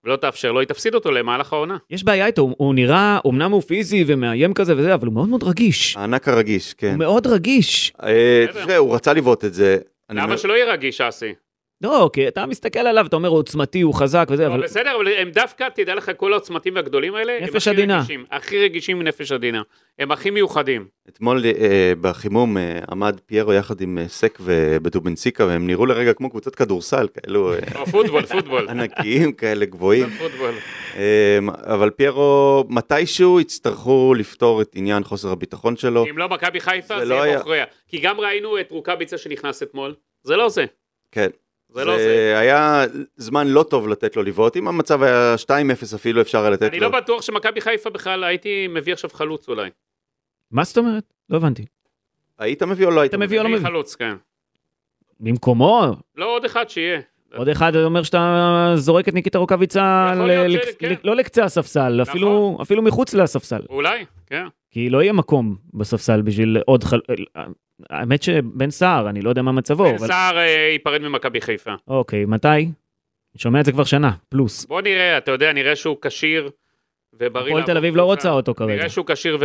D: ולא תאפשר לו, היא תפסיד אותו למהלך העונה.
B: יש בעיה איתו, הוא- הוא נראה, אמנם הוא פיזי ומאיים כזה וזה, אבל הוא מאוד מאוד רגיש.
C: הענק הרגיש, כן.
B: הוא מאוד רגיש.
C: אה,
D: בסדר.
C: תראה, הוא רצה לבעוט את זה. אני אומר-
D: למה שלא יהיה רגיש, אסי?
B: לא, כי אתה מסתכל עליו, אתה אומר, הוא עוצמתי, הוא חזק וזה, אבל...
D: אבל... בסדר, אבל הם דווקא, תדע לך, כל העוצמתים והגדולים האלה, הם
B: נפש
D: הכי
B: עדינה.
D: רגישים, הכי רגישים מנפש עדינה. הם הכי מיוחדים.
C: אתמול אה, בחימום אה, עמד פיירו יחד עם אה, סק ובדובנסיקה, והם נראו לרגע כמו קבוצת כדורסל, כאלו אה,
D: או פוטבול, פוטבול.
C: ענקיים, כאלה גבוהים.
D: פוטבול.
C: אה, אבל פיירו, מתישהו יצטרכו לפתור את עניין חוסר הביטחון שלו.
D: אם לא מכבי חיפה,
C: זה
D: זה
C: לא היה.
D: יהיה מוכרע. כי גם ראינו את רוקאביצה שנכנס אתמול, זה לא זה.
C: כן.
D: זה לא זה.
C: היה זמן לא טוב לתת לו לבעוט, אם המצב היה 2-0 אפילו אפשר היה לתת
D: אני
C: לו.
D: לא בטוח שמכבי חיפה בכלל, הייתי מביא עכשיו חלוץ אולי.
B: מה זאת אומרת? לא הבנתי.
C: היית מביא או לא היית
B: אתה מביא או לא
D: מביא
B: מביא?
D: חלוץ, כן.
B: במקומו?
D: לא, עוד אחד שיהיה.
B: עוד אחד אומר שאתה זורק את ניקיטה רוקאביצה
D: יכול
B: ל-
D: להיות ש-
B: לק-
D: כן.
B: לא לקצה הספסל, אפילו- אפילו מחוץ לספסל.
D: אולי, כן.
B: כי לא יהיה מקום בספסל בשביל עוד חל... אה, האמת שבן סער, אני לא יודע מה מצבו,
D: בן
B: אבל...
D: סער אה, ייפרד ממכבי חיפה.
B: אוקיי, מתי? אני שומע את זה כבר שנה, פלוס.
D: בוא נראה, אתה יודע, נראה שהוא כשיר ובריא.
B: הפועל תל
D: לעבור
B: אביב לא
D: קבוצה.
B: רוצה אותו כרגע.
D: נראה שהוא כשיר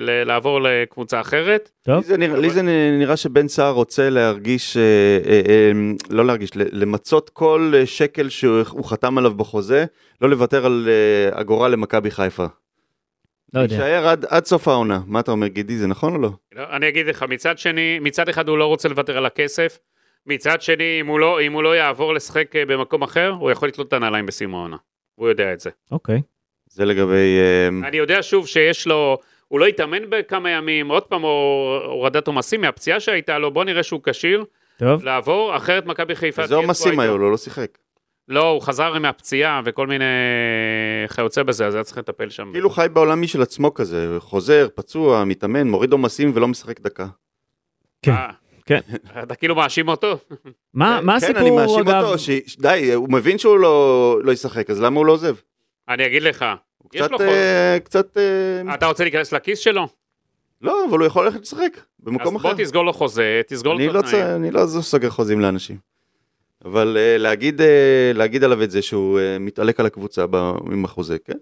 D: ולעבור לקבוצה אחרת.
B: טוב?
C: לי זה נראה- לי זה נראה שבן סער רוצה להרגיש, אה, אה, אה, לא להרגיש, ל- למצות כל אה, שקל שהוא חתם עליו בחוזה, לא לוותר על אה, אגורה למכבי חיפה.
B: לא יודע.
C: להישאר עד- עד סוף העונה. מה אתה אומר, גידי, זה נכון או לא?
D: לא, אני אגיד לך, מצד שני, מצד אחד הוא לא רוצה לוותר על הכסף, מצד שני, אם הוא לא, אם הוא לא יעבור לשחק אה, במקום אחר, הוא יכול לתלות את הנעליים בסיום העונה. הוא יודע את זה.
B: אוקיי.
C: זה לגבי... אה,
D: אני יודע שוב שיש לו, הוא לא התאמן בכמה ימים, עוד פעם הור- הורדת עומסים מהפציעה שהייתה לו, בוא נראה שהוא כשיר לא.
B: טוב.
D: לעבור, אחרת מכבי חיפה...
C: איזה
D: תהיה
C: עומסים
D: תקועה
C: היו
D: איתו.
C: לו, לא שיחק.
D: לא, הוא חזר מהפציעה וכל מיני כיוצא בזה, אז היה צריך לטפל שם.
C: כאילו חי בעולם משל עצמו כזה, חוזר, פצוע, מתאמן, מוריד עומסים ולא משחק דקה.
B: כן,
D: אה,
B: כן.
D: אתה כאילו מאשים אותו?
B: מה
C: כן,
B: אה, מה
C: כן, אני
B: הסיפור,
C: מאשים
B: אגב?
C: אותו, ש- ש- די, הוא מבין שהוא לא לא ישחק, אז למה הוא לא עוזב?
D: אני אגיד לך,
C: הוא
D: יש
C: קצת,
D: לו חוז.
C: אה, קצת... אה,
D: אתה רוצה להיכנס לכיס שלו?
C: לא, אבל הוא יכול ללכת לשחק במקום
D: אז
C: אחר.
D: בוא תסגור לו חוזה, תסגור
C: אני
D: לו
C: לא,
D: את
C: צ...
D: התנאים.
C: אני לא סוגר חוזים לאנשים. אבל אה, להגיד, אה, להגיד עליו את זה שהוא אה, מתעלק על הקבוצה ב... עם החוזה, כן?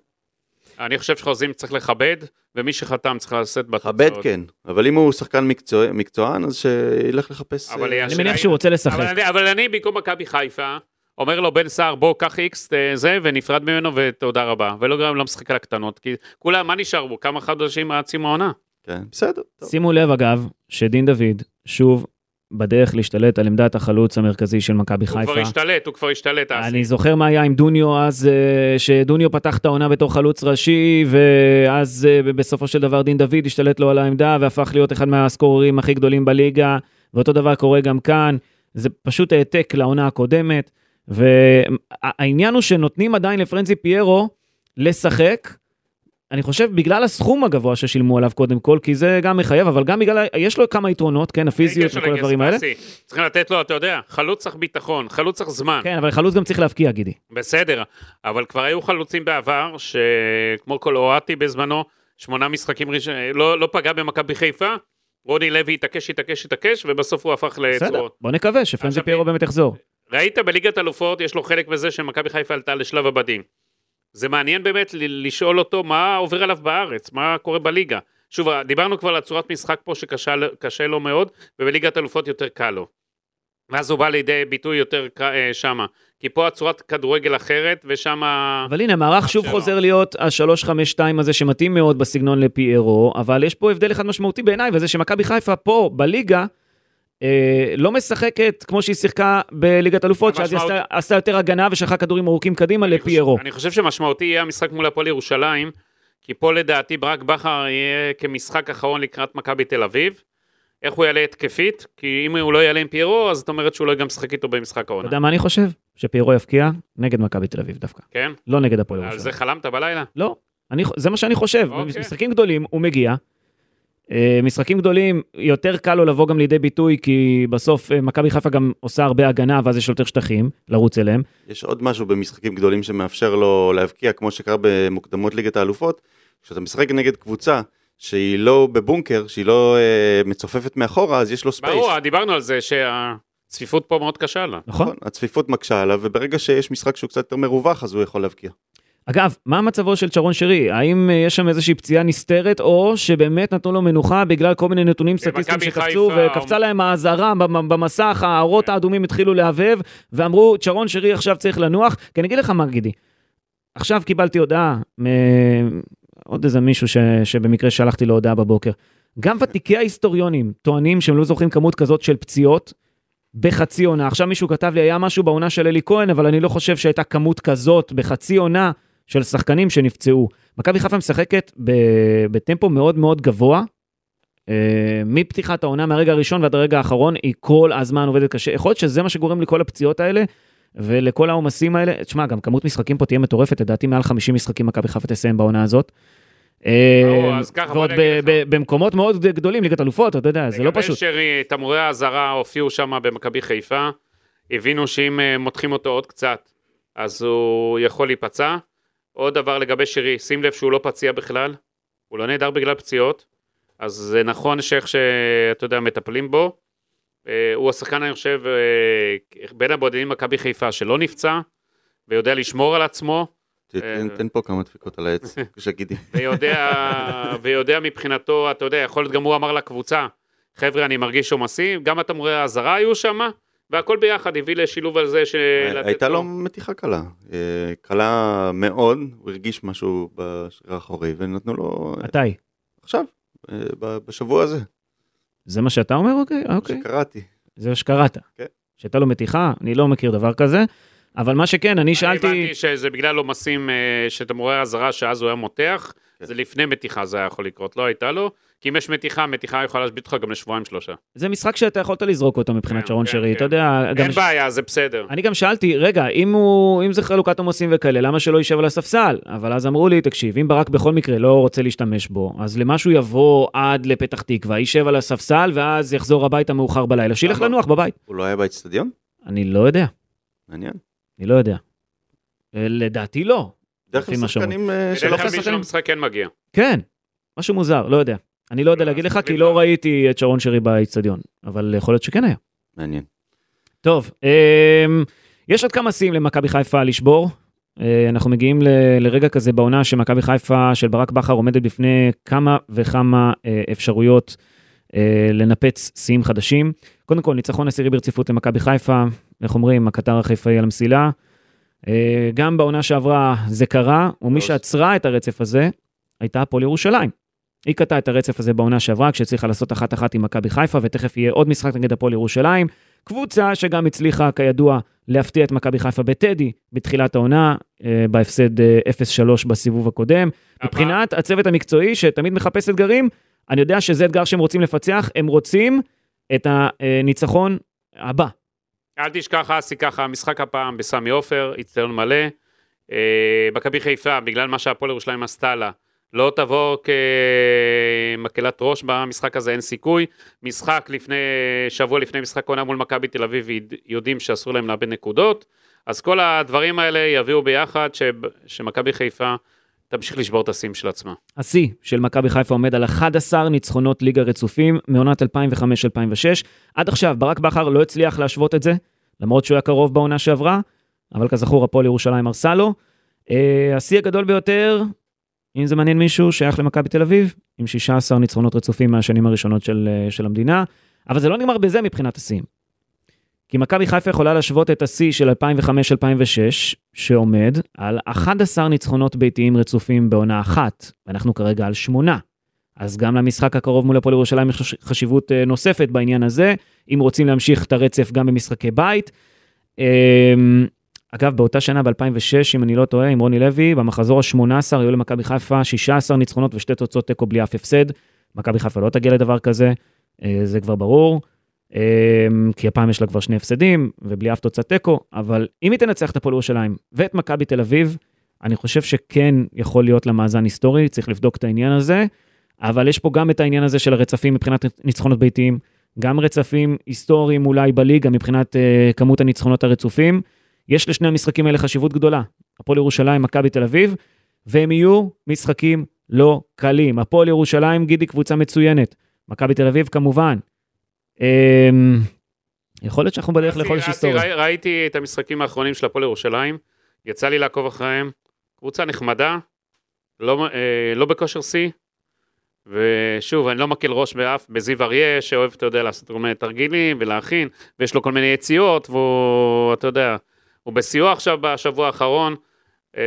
D: אני חושב שחוזים צריך לכבד, ומי שחתם צריך לשאת בתוצאות.
C: כבד כן, אבל אם הוא שחקן מקצוע... מקצוען, אז שילך לחפש...
D: אבל
C: אה,
D: היה-
B: אני
D: השאלה
B: מניח
D: היא-
B: שהוא רוצה
D: אבל
B: לשחק.
D: אני, אבל אני במקום מכבי חיפה, אומר לו בן סער, בוא, קח איקס אה, זה, ונפרד ממנו, ותודה רבה. ולא גם לא משחק על הקטנות, כי כולם, מה נשאר בו? כמה חודשים עד סיום העונה?
C: כן, בסדר. טוב.
B: שימו לב, אגב, שדין דוד, שוב, בדרך להשתלט על עמדת החלוץ המרכזי של מכבי
D: הוא כבר
B: חיפה.
D: השתלט, הוא כבר השתלט. אסי.
B: אני זוכר מה היה עם דוניו אז, אה, שדוניו פתח את העונה בתור חלוץ ראשי, ואז אה, בסופו של דבר דין דוד השתלט לו על העמדה והפך להיות אחד מהסקוררים הכי גדולים בליגה, ואותו דבר קורה גם כאן, זה פשוט העתק לעונה הקודמת, והעניין הוא שנותנים עדיין לפרנזי פיירו לשחק. אני חושב בגלל הסכום הגבוה ששילמו עליו קודם כל, כי זה גם מחייב, אבל גם בגלל, יש לו כמה יתרונות, כן, הפיזיות
D: אין קשר
B: וכל
D: לכסף,
B: הדברים האלה.
D: אסי. כן, צריכים לתת לו, אתה יודע, חלוץ צריך ביטחון, חלוץ צריך זמן.
B: כן, אבל חלוץ גם צריך להבקיע, גידי.
D: בסדר, אבל כבר היו חלוצים בעבר, שכמו קולורטי בזמנו, שמונה משחקים ראשונים, לא, לא פגע במכבי חיפה, רוני לוי התעקש, התעקש, התעקש, ובסוף הוא הפך
B: בסדר,
D: לצרור.
B: בוא נקווה שפרנזי
D: עכשיו,
B: פיירו באמת יחזור.
D: ראית בליגת אלופות, יש לו חלק בזה שמכבי חיפה עלתה לשלב הבדים. זה מעניין באמת ל- לשאול אותו מה עובר עליו בארץ, מה קורה בליגה. שוב, דיברנו כבר על הצורת משחק פה שקשה לו- קשה לו מאוד, ובליגת אלופות יותר קל לו. ואז הוא בא לידי ביטוי יותר ק- אה, שמה. כי פה הצורת כדורגל אחרת, ושמה...
B: אבל הנה, המערך שוב
D: שלא.
B: חוזר להיות ה-352 הזה שמתאים מאוד בסגנון לפיירו, אבל יש פה הבדל אחד משמעותי בעיניי, וזה שמכבי חיפה פה, בליגה, אה, לא משחקת כמו שהיא שיחקה בליגת אלופות, שאז היא
D: המשמעות-
B: עשתה, עשתה יותר הגנה ושלחה כדורים ארוכים קדימה
D: אני חושב-
B: לפיירו.
D: אני חושב שמשמעותי יהיה המשחק מול הפועל ירושלים, כי פה לדעתי ברק בכר יהיה כמשחק אחרון לקראת מכבי תל אביב. איך הוא יעלה התקפית? כי אם הוא לא יעלה עם פיירו, אז זאת אומרת שהוא לא גם משחק איתו במשחק
B: אתה
D: העונה.
B: יודע מה אני חושב? שפיירו יפקיע נגד מכבי תל אביב דווקא,
D: כן?
B: לא נגד הפועל
D: על זה
B: ירושלים.
D: חלמת בלילה?
B: לא, אני, ח- זה מה שאני חושב.
D: אוקיי.
B: במשחקים גדולים הוא מגיע. אה, משחקים גדולים, יותר קל לו לבוא גם לידי ביטוי, כי בסוף אה, מכבי חיפה גם עושה הרבה הגנה, ואז יש לו יותר שטחים לרוץ אליהם.
C: יש עוד משהו במשחקים גדולים שמאפשר לו להבקיע, כמו שקרה במוקדמות ליגת האלופות, כשאתה משחק נגד קבוצה שהיא לא בבונקר, שהיא לא אה, מצופפת מאחורה, אז יש לו ספייס.
D: ברור, דיברנו על זה שהצפיפות פה מאוד קשה לה.
B: נכון?
C: נכון, הצפיפות מקשה עליו, וברגע שיש משחק שהוא קצת יותר מרווח, אז הוא יכול להבקיע.
B: אגב, מה מצבו של צ'רון שרי? האם אה, יש שם איזושהי פציעה נסתרת, או שבאמת נתנו לו מנוחה בגלל כל מיני נתונים סטטיסטיים
D: במכבי
B: שקפצו,
D: חיפה- כן.
B: וקפצה להם האזהרה במ- במסך, האורות האדומים התחילו להבהב, ואמרו, צ'רון שרי עכשיו צריך לנוח, כי אני אגיד לך מה, גידי, עכשיו קיבלתי הודעה מעוד איזה מישהו ש... שבמקרה שלחתי לו הודעה בבוקר. גם ותיקי ההיסטוריונים טוענים שהם לא זוכרים כמות כזאת של פציעות בחצי עונה. עכשיו מישהו כתב לי, היה משהו בעונה של אלי כהן, אבל אני לא חושב שהייתה כמות כזאת בחצי עונה של שחקנים שנפצעו. מכבי חיפה משחקת ב... בטמפו מאוד מאוד גבוה. אה, מפתיחת העונה, מהרגע הראשון ועד הרגע האחרון, היא כל הזמן עובדת קשה. יכול להיות שזה מה שגורם לכל הפציעות האלה, ולכל העומסים האלה. תשמע, גם כמות משחקים פה תהיה מטורפת, לדעתי מעל 50 משחקים מכבי חיפה תסיים בעונה הזאת. אה,
D: ברור, אז ככה, בוא
B: ועוד
D: אני
B: ב-
D: אגיד לך.
B: ב- במקומות מאוד גדולים, ליגת אלופות, אתה יודע, זה לא
D: לגבי
B: פשוט.
D: שרי, תמרורי האזהרה הופיעו שם במכבי חיפה, הבינו שאם אה, מותחים אותו עוד קצת, אז הוא יכול להיפצע. עוד דבר לגבי שרי, שים לב שהוא לא פציע בכלל, הוא לא נעדר בגלל פציעות, אז זה נכון שאיך שאתה יודע, מטפלים בו. אה, הוא השחקן, אני חושב, אה, בין הבודדים במכבי חיפה שלא נפצע, ויודע לשמור על עצמו,
C: תן תן פה כמה דפיקות על העץ, שגידי.
D: ויודע, ויודע מבחינתו, אתה יודע, יכול להיות גם הוא אמר לקבוצה, חבר'ה, אני מרגיש עומסים, גם התמרורי האזהרה היו שם, והכל ביחד הביא לשילוב על זה של...
C: אה, הייתה לו מתיחה קלה, אה, קלה מאוד, הוא הרגיש משהו בשריר האחורי, ונתנו לו אה,
B: מתי?
C: עכשיו, אה, ב- בשבוע הזה,
B: זה מה שאתה אומר? אוקיי, אוקיי.
C: שקראתי.
B: זה מה שקראת.
C: כן.
B: שהייתה לו מתיחה, אני לא מכיר דבר כזה. אבל מה שכן, אני שאלתי...
D: אני הבנתי שזה בגלל עומסים אה, שתמרורי האזהרה, שאז הוא היה מותח,
C: כן.
D: זה לפני מתיחה זה היה יכול לקרות, לא הייתה לו, כי אם יש מתיחה, מתיחה יכולה להשבית אותך גם לשבועיים שלושה.
B: זה משחק שאתה יכולת לזרוק אותו מבחינת
D: כן,
B: שרון
D: כן,
B: שרי,
D: כן.
B: אתה יודע, גם
D: אין בעיה, זה בסדר.
B: אני גם שאלתי, רגע, אם, הוא, אם זה חלוקת עומסים וכאלה, למה שלא יישב על הספסל? אבל אז אמרו לי, תקשיב, אם ברק בכל מקרה לא רוצה להשתמש בו, אז למה שהוא יבוא עד לפתח תקווה, יישב על הספסל, ואז יחזור הביתה מאוחר בלילה, שילך
C: למה?
B: לנוח בבית.
C: הוא לא היה באצטדיון?
B: אני לא יודע,
C: מעניין.
B: אני לא יודע. אה, לדעתי לא.
C: בדרך כלל
B: לפי מה
C: שחקנים אה,
D: בדרך
C: שלא
D: כלל מי
C: חסרים.
D: שלא משחק כן מגיע.
B: כן, משהו מוזר, לא יודע. אני לא יודע
D: לא,
B: להגיד
D: אז
B: לך, כי
D: תגיד
B: לא
D: לו.
B: ראיתי את שרון שרי באיצטדיון, אבל יכול להיות שכן היה.
C: מעניין.
B: טוב, אמ, יש עוד כמה שיאים למכבי חיפה לשבור. אה, אנחנו מגיעים ל- לרגע כזה בעונה שמכבי חיפה של ברק בכר עומדת בפני כמה וכמה אה, אפשרויות אה, לנפץ שיאים חדשים. קודם כל, ניצחון עשירי ברציפות למכבי חיפה, איך אומרים, הקטר החיפאי על המסילה. אה, גם בעונה שעברה זה קרה, ומי
C: לא,
B: שעצרה את הרצף הזה הייתה הפועל ירושלים. היא קטעה את הרצף הזה בעונה שעברה, כשהצליחה לעשות אחת-אחת עם מכבי חיפה, ותכף יהיה עוד משחק נגד הפועל ירושלים. קבוצה שגם הצליחה, כידוע, להפתיע את מכבי חיפה בטדי בתחילת העונה, אה, בהפסד אה, 0-3 בסיבוב הקודם. מבחינת הצוות המקצועי, שתמיד מחפש אתגרים, אני יודע שזה אתגר שהם רוצים לפצח, הם רוצים את הניצחון הבא.
D: אל תשכח אסי ככה, המשחק הפעם בסמי עופר, אצטדיון מלא. אה, מכבי חיפה, בגלל מה שהפועל ירושלים עשתה לה, לא תבוא כמקהלת ראש במשחק הזה, אין סיכוי. משחק לפני, שבוע לפני משחק עונה מול מכבי תל אביב, יד- יודעים שאסור להם לאבד נקודות. אז כל הדברים האלה יביאו ביחד ש... שמכבי חיפה תמשיך לשבור את השיאים של עצמה.
B: השיא של מכבי חיפה עומד על 11 ניצחונות ליגה רצופים מעונת 2005-2006. עד עכשיו ברק בכר לא הצליח להשוות את זה, למרות שהוא היה קרוב בעונה שעברה, אבל כזכור הפועל ירושלים הרסה לו. אה, השיא הגדול ביותר, אם זה מעניין מישהו, שייך למכבי תל אביב, עם 16 ניצחונות רצופים מהשנים הראשונות של, אה, של המדינה, אבל זה לא נגמר בזה מבחינת השיאים. כי מכבי חיפה יכולה להשוות את השיא של 2005-2006, שעומד על 11 ניצחונות ביתיים רצופים בעונה אחת, ואנחנו כרגע על שמונה. אז גם למשחק הקרוב מול הפועל ירושלים יש חשיבות אה, נוספת בעניין הזה, אם רוצים להמשיך את הרצף גם במשחקי בית. אמ, אגב, באותה שנה, ב-2006, אם אני לא טועה, עם רוני לוי, במחזור ה-18 היו למכבי חיפה 16 ניצחונות ושתי תוצאות תיקו בלי אף הפסד. מכבי חיפה לא תגיע לדבר כזה, אה, זה כבר ברור, אה, כי הפעם יש לה כבר שני הפסדים ובלי אף תוצאת תיקו, אבל אם היא תנצח את הפועל ירושלים ואת מכבי תל אביב, אני חושב שכן יכול להיות לה מאזן היסטורי, צריך לבדוק את העניין הזה, אבל יש פה גם את העניין הזה של הרצפים מבחינת ניצחונות ביתיים, גם רצפים היסטוריים אולי בליגה מבחינת אה, כמות הניצחונות הרצופים. יש לשני המשחקים האלה חשיבות גדולה, הפועל ירושלים, מכבי תל אביב, והם יהיו משחקים לא קלים. הפועל ירושלים, גידי, קבוצה מצוינת. מכבי תל אביב, כמובן. אמ, יכול להיות שאנחנו בדרך לחודש
D: אסי,
B: היסטורי.
D: ראי- ראיתי את המשחקים האחרונים של הפועל ירושלים, יצא לי לעקוב אחריהם, קבוצה נחמדה, לא, אה, לא בכושר שיא, ושוב, אני לא מקל ראש באף, בזיו אריה, שאוהב, אתה יודע, לעשות כל מיני תרגילים ולהכין, ויש לו כל מיני יציאות, והוא, אתה יודע, הוא בסיוע עכשיו בשבוע האחרון, אה,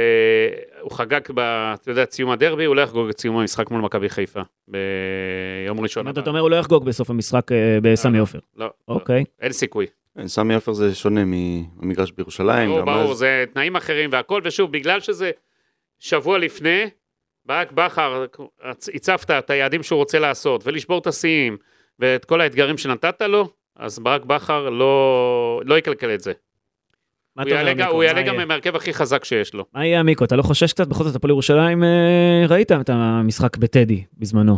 D: הוא חגג, ב, אתה יודע, ציום הדרבי, הוא לא יחגוג את סיום המשחק מול מכבי חיפה, ביום
B: זאת
D: ראשון.
B: אומרת,
D: הבא.
B: אתה אומר, הוא לא יחגוג בסוף המשחק אה, בסמי
D: לא,
B: עופר.
D: לא, לא,
B: אוקיי.
D: אין סיכוי.
C: כן, סמי עופר זה שונה מהמגרש בירושלים.
D: ברור,
C: כן, גם
D: לא, ברור,
C: אז-
D: זה תנאים אחרים והכל, ושוב, בגלל שזה שבוע לפני, ברק בכר, הצפת את היעדים שהוא רוצה לעשות, ולשבור את השיאים, ואת כל האתגרים שנתת לו, אז ברק בכר לא, לא יקלקל את זה.
B: מה
D: הוא
B: אתה אומר,
D: יעלה, גם-
B: מיקו?
D: הוא
B: מה
D: יעלה גם
B: יהיה?
D: מהרכב הכי חזק שיש לו.
B: מה יהיה המיקו? אתה לא חושש קצת? בכל זאת, הפועל ירושלים, אה, ראית את המשחק בטדי בזמנו.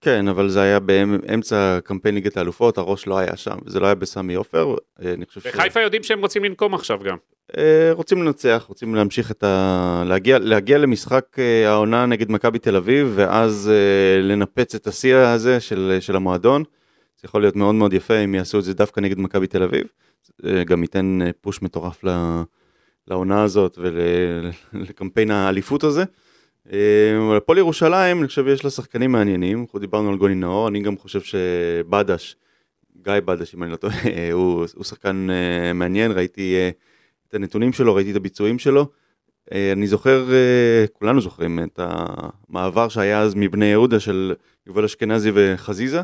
C: כן, אבל זה היה באמצע קמפיין ליגת האלופות, הראש לא היה שם, זה לא היה בסמי עופר. אה, אני חושב ש...
D: וחיפה יודעים שהם רוצים לנקום עכשיו גם.
C: אה, רוצים לנצח, רוצים להמשיך את ה... להגיע, להגיע למשחק אה, העונה נגד מכבי תל אביב, ואז אה, לנפץ את השיא הזה של, אה, של המועדון. זה יכול להיות מאוד מאוד יפה אם יעשו את זה דווקא נגד מכבי תל אביב. אה, גם ייתן אה, פוש מטורף ל... לעונה הזאת ולקמפיין האליפות הזה. אה, אבל הפועל ירושלים, אני חושב יש לה שחקנים מעניינים, אנחנו דיברנו על גוני נאור, אני גם חושב שבדש, גיא בדש אם אני לא טועה, הוא, הוא שחקן אה, מעניין, ראיתי אה, את הנתונים שלו, ראיתי את הביצועים שלו. אה, אני זוכר, אה, כולנו זוכרים את המעבר שהיה אז מבני יהודה של יובל אשכנזי וחזיזה.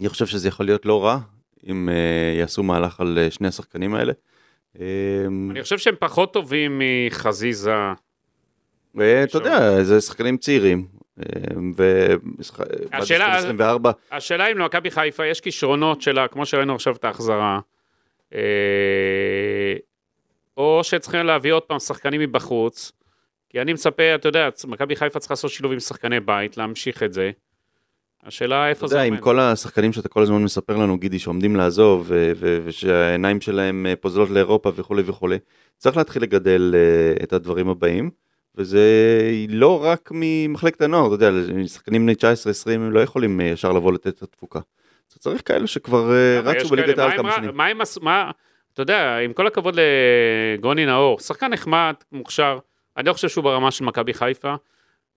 C: אני חושב שזה יכול להיות לא רע אם אה, יעשו מהלך על אה, שני השחקנים האלה. אה,
D: אני חושב שהם פחות טובים מחזיזה.
C: אה, אתה יודע, זה שחקנים צעירים. אה,
D: השאלה-
C: ו-24,
D: השאלה אם למכבי חיפה יש כישרונות שלה, כמו שראינו עכשיו את ההחזרה, אה, או שצריכים להביא עוד פעם שחקנים מבחוץ, כי אני מצפה, אתה יודע, מכבי חיפה צריכה לעשות שילוב עם שחקני בית, להמשיך את זה. השאלה
C: אתה
D: איפה זה
C: יודע, עם
D: עומד.
C: כל השחקנים שאתה כל הזמן מספר לנו, גידי, שעומדים לעזוב, ו- ו- ושהעיניים שלהם אה, פוזלות לאירופה וכולי וכולי, צריך להתחיל לגדל אה, את הדברים הבאים, וזה לא רק ממחלקת הנוער, אתה יודע, שחקנים בני 19-20 הם לא יכולים אה, ישר לבוא לתת את התפוקה. אתה צריך כאלה שכבר אה,
D: אבל יש
C: רצו בליגת
D: כאלה,
C: העל
D: מה
C: כמה
D: הם-
C: שנים.
D: מה הם עשו, מה, אתה יודע, עם כל הכבוד לגוני נאור, שחקן נחמד, מוכשר, אני לא חושב שהוא ברמה של מכבי חיפה,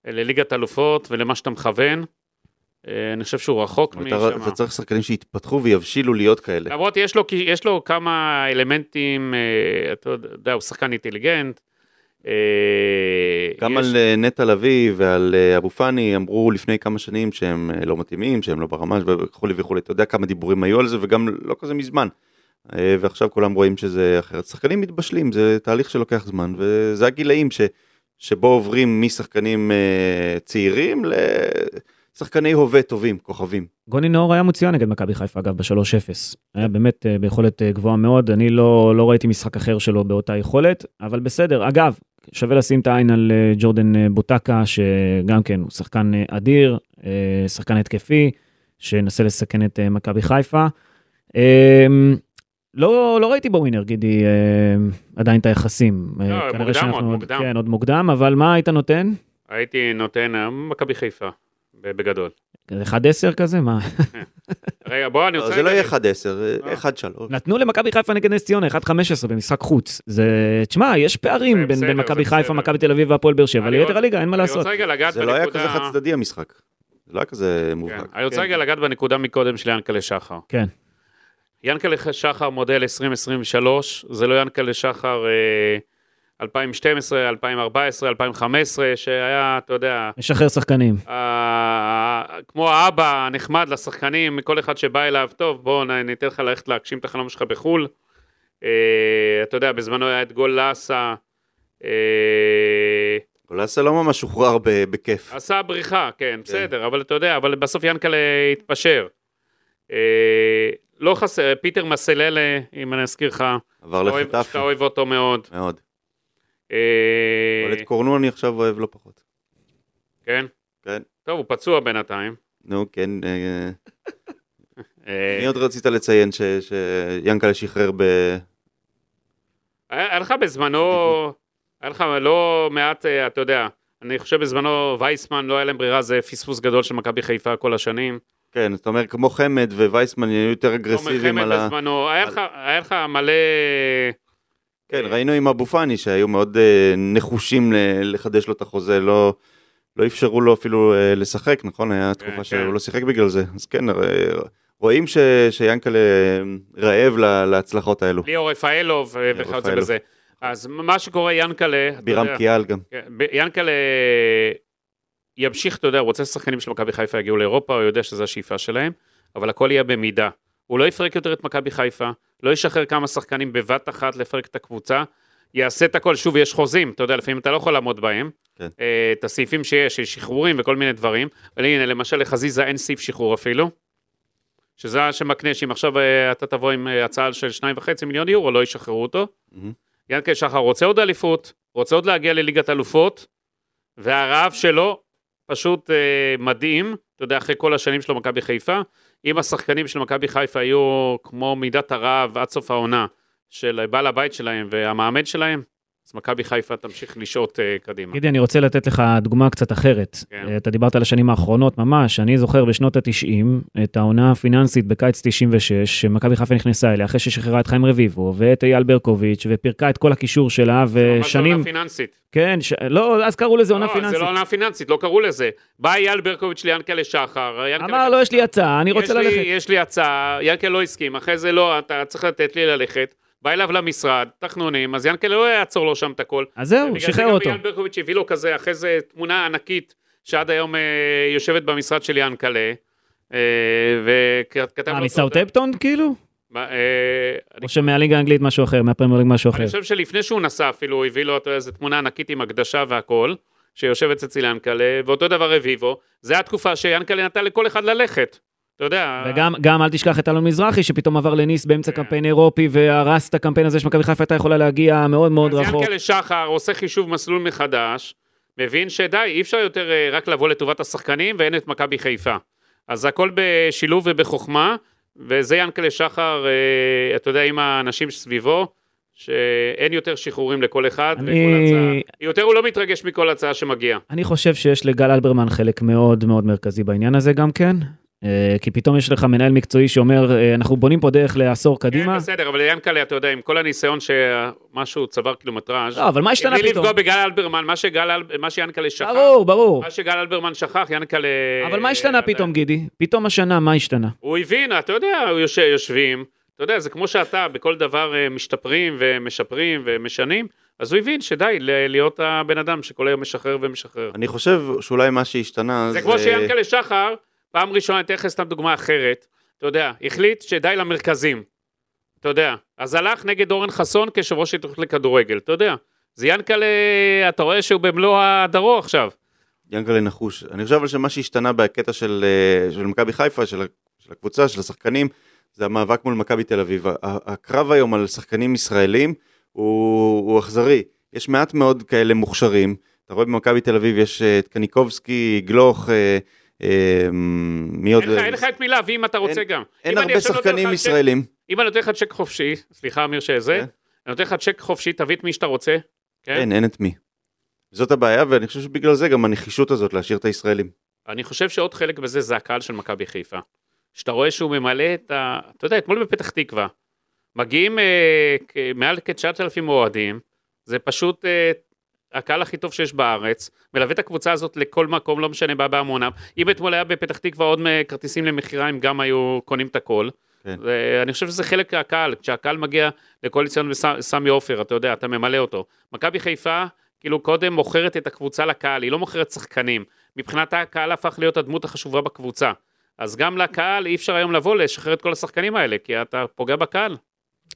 D: אה, לליגת אלופות ולמה שאתה מכוון. אה, אני חושב שהוא רחוק
C: אבל
D: משם.
C: אתה- אתה צריך שחקנים שיתפתחו ויבשילו להיות כאלה.
D: למרות יש לו, יש לו כמה אלמנטים, אה, אתה יודע, הוא שחקן אינטליגנט. אה,
C: גם
D: יש-
C: על אה, נטע לביא ועל אה, אבו פאני אמרו לפני כמה שנים שהם אה, לא מתאימים, שהם לא ברמה וכולי וכולי, אתה יודע כמה דיבורים היו על זה וגם לא כזה מזמן. אה, ועכשיו כולם רואים שזה אחרת. שחקנים מתבשלים, זה תהליך שלוקח זמן וזה הגילאים ש, שבו עוברים משחקנים אה, צעירים לשחקני הווה טובים, כוכבים.
B: גוני נאור היה מצוין נגד מכבי חיפה, אגב, ב-3-0. היה באמת אה, ביכולת אה, גבוהה מאוד, אני לא, לא ראיתי משחק אחר שלו באותה יכולת, אבל בסדר. אגב, שווה לשים את העין על אה, ג'ורדן אה, בוטקה, שגם כן הוא שחקן אה, אדיר, אה, שחקן התקפי, שינסה לסכן את אה, מכבי חיפה. אה, לא, לא ראיתי בו ווינר, גידי, אה, עדיין את היחסים. אה,
D: לא,
B: כנראה
D: מוקדם עוד,
B: שאנחנו
D: מוקדם.
B: כן, עוד מוקדם, אבל מה היית נותן?
D: הייתי נותן, אה, מכבי חיפה, ב- בגדול.
B: 1-10 כזה? מה?
D: רגע, בוא, אני
C: לא,
D: רוצה...
C: זה לא יהיה
D: להגיד-
C: 1-10,
D: אה.
C: 1-3.
B: נתנו למכבי חיפה נגד נס ציונה 1-15 במשחק חוץ. זה, תשמע, יש פערים
D: זה
B: בין,
D: בסדר,
B: בין
D: זה
B: מכבי חיפה,
D: בסדר.
B: מכבי תל אביב והפועל באר שבע,
D: אני
B: ליתר
D: רוצה-
B: הליגה, אין מה
D: אני
B: לעשות.
D: רוצה רגע לגעת
C: זה לא היה כזה
D: בנקודה-
C: חד צדדי המשחק. זה לא היה כזה
D: כן,
C: מובהק.
D: אני רוצה
C: כן.
D: רגע לגעת בנקודה מקודם של ינקלה שחר.
B: כן.
D: ינקלה שחר מודל 2023, זה לא ינקלה שחר אה, 2012, 2014, 2015, שהיה, אתה יודע,
B: משחרר שחקנים.
D: אה, כמו האבא הנחמד לשחקנים, כל אחד שבא אליו, טוב, בוא נ- ניתן לך ללכת להגשים את החלום שלך בחו"ל. אה, אתה יודע, בזמנו היה את גול לאסה, אה,
C: גולסה לא ממש שוחרר ב- בכיף.
D: עשה בריחה, כן, בסדר, אבל אתה יודע, אבל בסוף ינקלה התפשר. אה, לא חסר, פיטר מסללה, אם אני אזכיר לך,
C: עבר
D: אתה אוהב-
C: לחטף
D: שאתה אוהב אותו מאוד.
C: מאוד.
D: אה,
C: אבל את קורנו אני עכשיו אוהב לא פחות.
D: כן?
C: כן.
D: טוב, הוא פצוע בינתיים.
C: נו, כן. אה,
D: אה,
C: מי עוד רצית לציין ש- שיאנקלה שחרר ב...
D: היה היה לך בזמנו, היה לך לא מעט, אה, אתה יודע, אני חושב בזמנו וייסמן, לא היה להם ברירה, זה פספוס גדול של מכבי חיפה כל השנים.
C: כן, זאת אומרת, כמו חמד ווייסמן היו יותר אגרסיביים
D: חמד
C: על ה...
D: בזמנו, היה
C: על-
D: לך- היה לך מלא... אה.
C: כן, ראינו עם אבו פאני שהיו מאוד אה, נחושים ל- לחדש לו את החוזה, לא... לא אפשרו לו אפילו אה, לשחק, נכון? היה
D: כן.
C: תקופה שהוא לא שיחק בגלל זה. אז כן, אה, רואים ש- שיאנקלה אה, רעב ל- להצלחות האלו.
D: ליאור רפאלוב אה, וכיוצא
C: רפאלוב.
D: בזה. אז מה שקורה, ינקלה, אתה
C: בירם
D: יודע,
C: קיאל גם.
D: כן, ב- ינקלה ימשיך, אתה יודע, הוא רוצה ששחקנים של מכבי חיפה יגיעו לאירופה, הוא יודע שזו השאיפה שלהם, אבל הכל יהיה במידה. הוא לא יפרק יותר את מכבי חיפה, לא ישחרר כמה שחקנים בבת אחת לפרק את הקבוצה, יעשה את הכל, שוב, יש חוזים, אתה יודע, לפעמים אתה לא יכול לעמוד בהם.
C: כן.
D: אה, את הסעיפים שיש, יש שחרורים וכל מיני דברים. אבל הנה, למשל לחזיזה אין סעיף שחרור אפילו, שזה מה שמקנה שאם עכשיו אה, אתה תבוא עם אה, הצעה של 2.5 מיליון יורו, לא ישחררו אותו.
C: מהמם.
D: ינקל שחר רוצה עוד אליפות, רוצה עוד להגיע לליגת אלופות, והרעב שלו פשוט אה, מדהים, אתה יודע, אחרי כל השנים שלו במכבי חיפה. אם השחקנים של מכבי חיפה היו כמו מידת הרעב עד סוף העונה של אה, בעל הבית שלהם והמעמד שלהם, אז מכבי חיפה תמשיך לשעוט אה, קדימה.
B: גידי, אני רוצה לתת לך דוגמה קצת אחרת. אה,
D: כן.
B: אתה דיברת על השנים האחרונות ממש, אני זוכר בשנות ה-90, את העונה הפיננסית בקיץ 96, שמכבי חיפה נכנסה אליה, אחרי ששחררה את חיים רביבו ואת אייל ברקוביץ', ופירקה את כל הקישור שלה,
D: זה ממש לא
B: ושנים...
D: עונה פיננסית.
B: כן, ש... לא, אז קראו לזה אה, עונה
D: לא, זה
B: פיננסית.
D: לא עונה פיננסית, לא קראו לזה. בא אייל ברקוביץ' ליענקלה שחר. יענקלה-
B: אמר לו, יש לי הצעה, אני רוצה
D: יש לי-
B: ללכת.
D: יש לי הצעה, ינקל לא הסכים, אחרי זה לא, אתה צריך לתת לי ללכת. בא אליו למשרד, תחנונים, אז ינקל לא יעצור לו שם את הכל.
B: אז זהו,
D: ובגלל זה
B: שחרר
D: גם
B: אותו.
D: אייל ברקוביץ' הביא לו כזה, אחרי זה תמונה ענקית, שעד היום אה, יושבת במשרד של ינקלה. אה, וכתב
B: מה,
D: לו-
B: מסאוטהפטון כאילו?
D: מה, אה, אני-
B: או שמהליגה האנגלית משהו אחר, מהפרמייר ליג משהו
D: אני
B: אחר.
D: חושב שלפני שהוא נסע אפילו, הוא הביא לו אתה יודע, איזו תמונה ענקית עם הקדשה והכל, שיושבת אצל ינקלה, ואותו דבר רביבו. זה התקופה שיאנקלה נתן לכל אחד ללכת. אתה יודע...
B: וגם גם אל תשכח את אלון מזרחי, שפתאום עבר לניס באמצע
D: כן.
B: קמפיין אירופי והרס את הקמפיין הזה שמכבי חיפה הייתה יכולה להגיע מאוד מאוד
D: אז
B: רחוק.
D: ינקלה שחר עושה חישוב מסלול מחדש, מבין שדי, אי אפשר יותר אה, רק לבוא לטובת השחקנים ואין את מכבי חיפה. אז הכל בשילוב ובחוכמה, וזה ינקלה שחר, אה, אתה יודע, עם האנשים שסביבו, שאין יותר שחרורים לכל אחד
B: אני-
D: וכל הצעה. יותר הוא לא מתרגש מכל הצעה שמגיעה.
B: אני חושב שיש לגל אלברמן חלק מאוד מאוד מרכזי בעניין הזה גם כן. אה, כי פתאום יש לך מנהל מקצועי שאומר, אה, אנחנו בונים פה דרך לעשור
D: כן,
B: קדימה.
D: בסדר, אבל ינקלה, אתה יודע, עם כל הניסיון שמשהו צבר קילומטראז',
B: לא, אבל מה השתנה
D: בלי
B: פתאום?
D: לפגוע בגל אלברמן, מה שגל אל- מה שיאנקלה שכח,
B: ברור, ברור.
D: מה שגל אלברמן שכח, ינקלה...
B: אבל מה השתנה
D: אתה-
B: פתאום, גידי? פתאום השנה, מה השתנה?
D: הוא הבין, אתה יודע, הוא יושב, יושבים, אתה יודע, זה כמו שאתה, בכל דבר אה, משתפרים ומשפרים ומשנים, אז הוא הבין שדי ל- להיות הבן אדם שכל היום משחרר ומשחרר.
C: אני חושב שאולי מה שהשתנה
D: זה כמו שיענקלה שחר, פעם ראשונה, אני אתן לך סתם דוגמה אחרת, אתה יודע, החליט שדי למרכזים, אתה יודע, אז הלך נגד אורן חסון כיושב ראש התאחדות לכדורגל, אתה יודע. זה ינקלה, אתה רואה שהוא במלוא הדרו עכשיו.
C: ינקלה נחוש. אני חושב אבל שמה שהשתנה בקטע של, אה, של מכבי חיפה, של, ה- של הקבוצה, של השחקנים, זה המאבק מול מכבי תל אביב. ה- הקרב היום על שחקנים ישראלים הוא, הוא אכזרי. יש מעט מאוד כאלה מוכשרים. אתה רואה במכבי תל אביב יש אה, את קניקובסקי, גלוך, אה, אה, מי עוד?
D: אין לך- אין לך את מי להביא אם אתה רוצה גם.
C: אין
D: אם אני
C: הרבה
D: עכשיו לא נותן לך
C: שחקנים
D: את-
C: ישראלים.
D: אם אני נותן לך צ'ק חופשי, סליחה אמיר שזה,
C: כן.
D: אני נותן לך צ'ק חופשי, תביא את מי שאתה רוצה. כן?
C: אין, אין את מי. זאת הבעיה, ואני חושב שבגלל זה גם הנחישות הזאת להשאיר את הישראלים.
D: אני חושב שעוד חלק בזה זה הקהל של מכבי חיפה. שאתה רואה שהוא ממלא את ה... אתה יודע, אתמול בפתח תקווה, מגיעים אה, כ- מעל כ-9,000 אוהדים, זה פשוט אה, הקהל הכי טוב שיש בארץ, מלווה את הקבוצה הזאת לכל מקום, לא משנה מה בהמונם. אם אתמול היה בפתח תקווה עוד מ- כרטיסים למכירה, הם גם היו קונים את הכל.
C: כן.
D: ואני חושב שזה חלק מהקהל, כשהקהל מגיע לכל ניסיון וסמי עופר, אתה יודע, אתה ממלא אותו. מכבי חיפה, כאילו קודם מוכרת את הקבוצה לקהל, היא לא מוכרת שחקנים. מבחינתה הקהל הפך להיות הדמות החשובה בקבוצה. אז גם לקהל אי אפשר היום לבוא לשחרר את כל השחקנים האלה, כי אתה פוגע בקהל.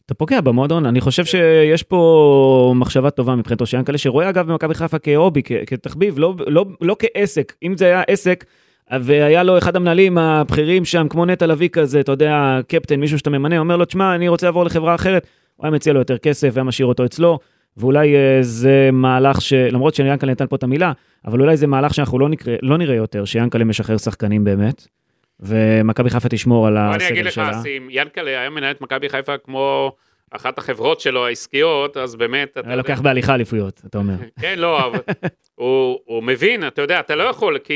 B: אתה פוגע במועדון, אני חושב שיש פה מחשבה טובה מבחינתו של ינקלה, שרואה אגב במכבי חיפה כהובי, כ- כתחביב, לא, לא, לא כעסק. אם זה היה עסק, והיה לו אחד המנהלים הבכירים שם, כמו נטע לביא כזה, אתה יודע, קפטן, מישהו שאתה ממנה, אומר לו, תשמע, אני רוצה לעבור לחברה אחרת, הוא היה מציע לו יותר כסף, והיה משאיר אותו אצלו, ואולי אה, זה מהלך ש... למרות שיאנקלה נתן פה את המילה, אבל אולי זה מהלך שאנחנו לא, נקרא, לא נראה יותר, שיאנקלה משחרר שחקנים באמת, ומכבי חיפה תשמור על
D: בוא אני
B: הסגל
D: אגיד לך,
B: שלה.
D: אז אם ינקלה היה מנהל את מכבי חיפה כמו אחת החברות שלו העסקיות, אז באמת, אתה
B: היה
D: יודע,
B: אה, לוקח בהליכה אליפויות, אתה אומר.
D: כן, לא, אבל הוא, הוא מבין, אתה יודע, אתה לא יכול, כי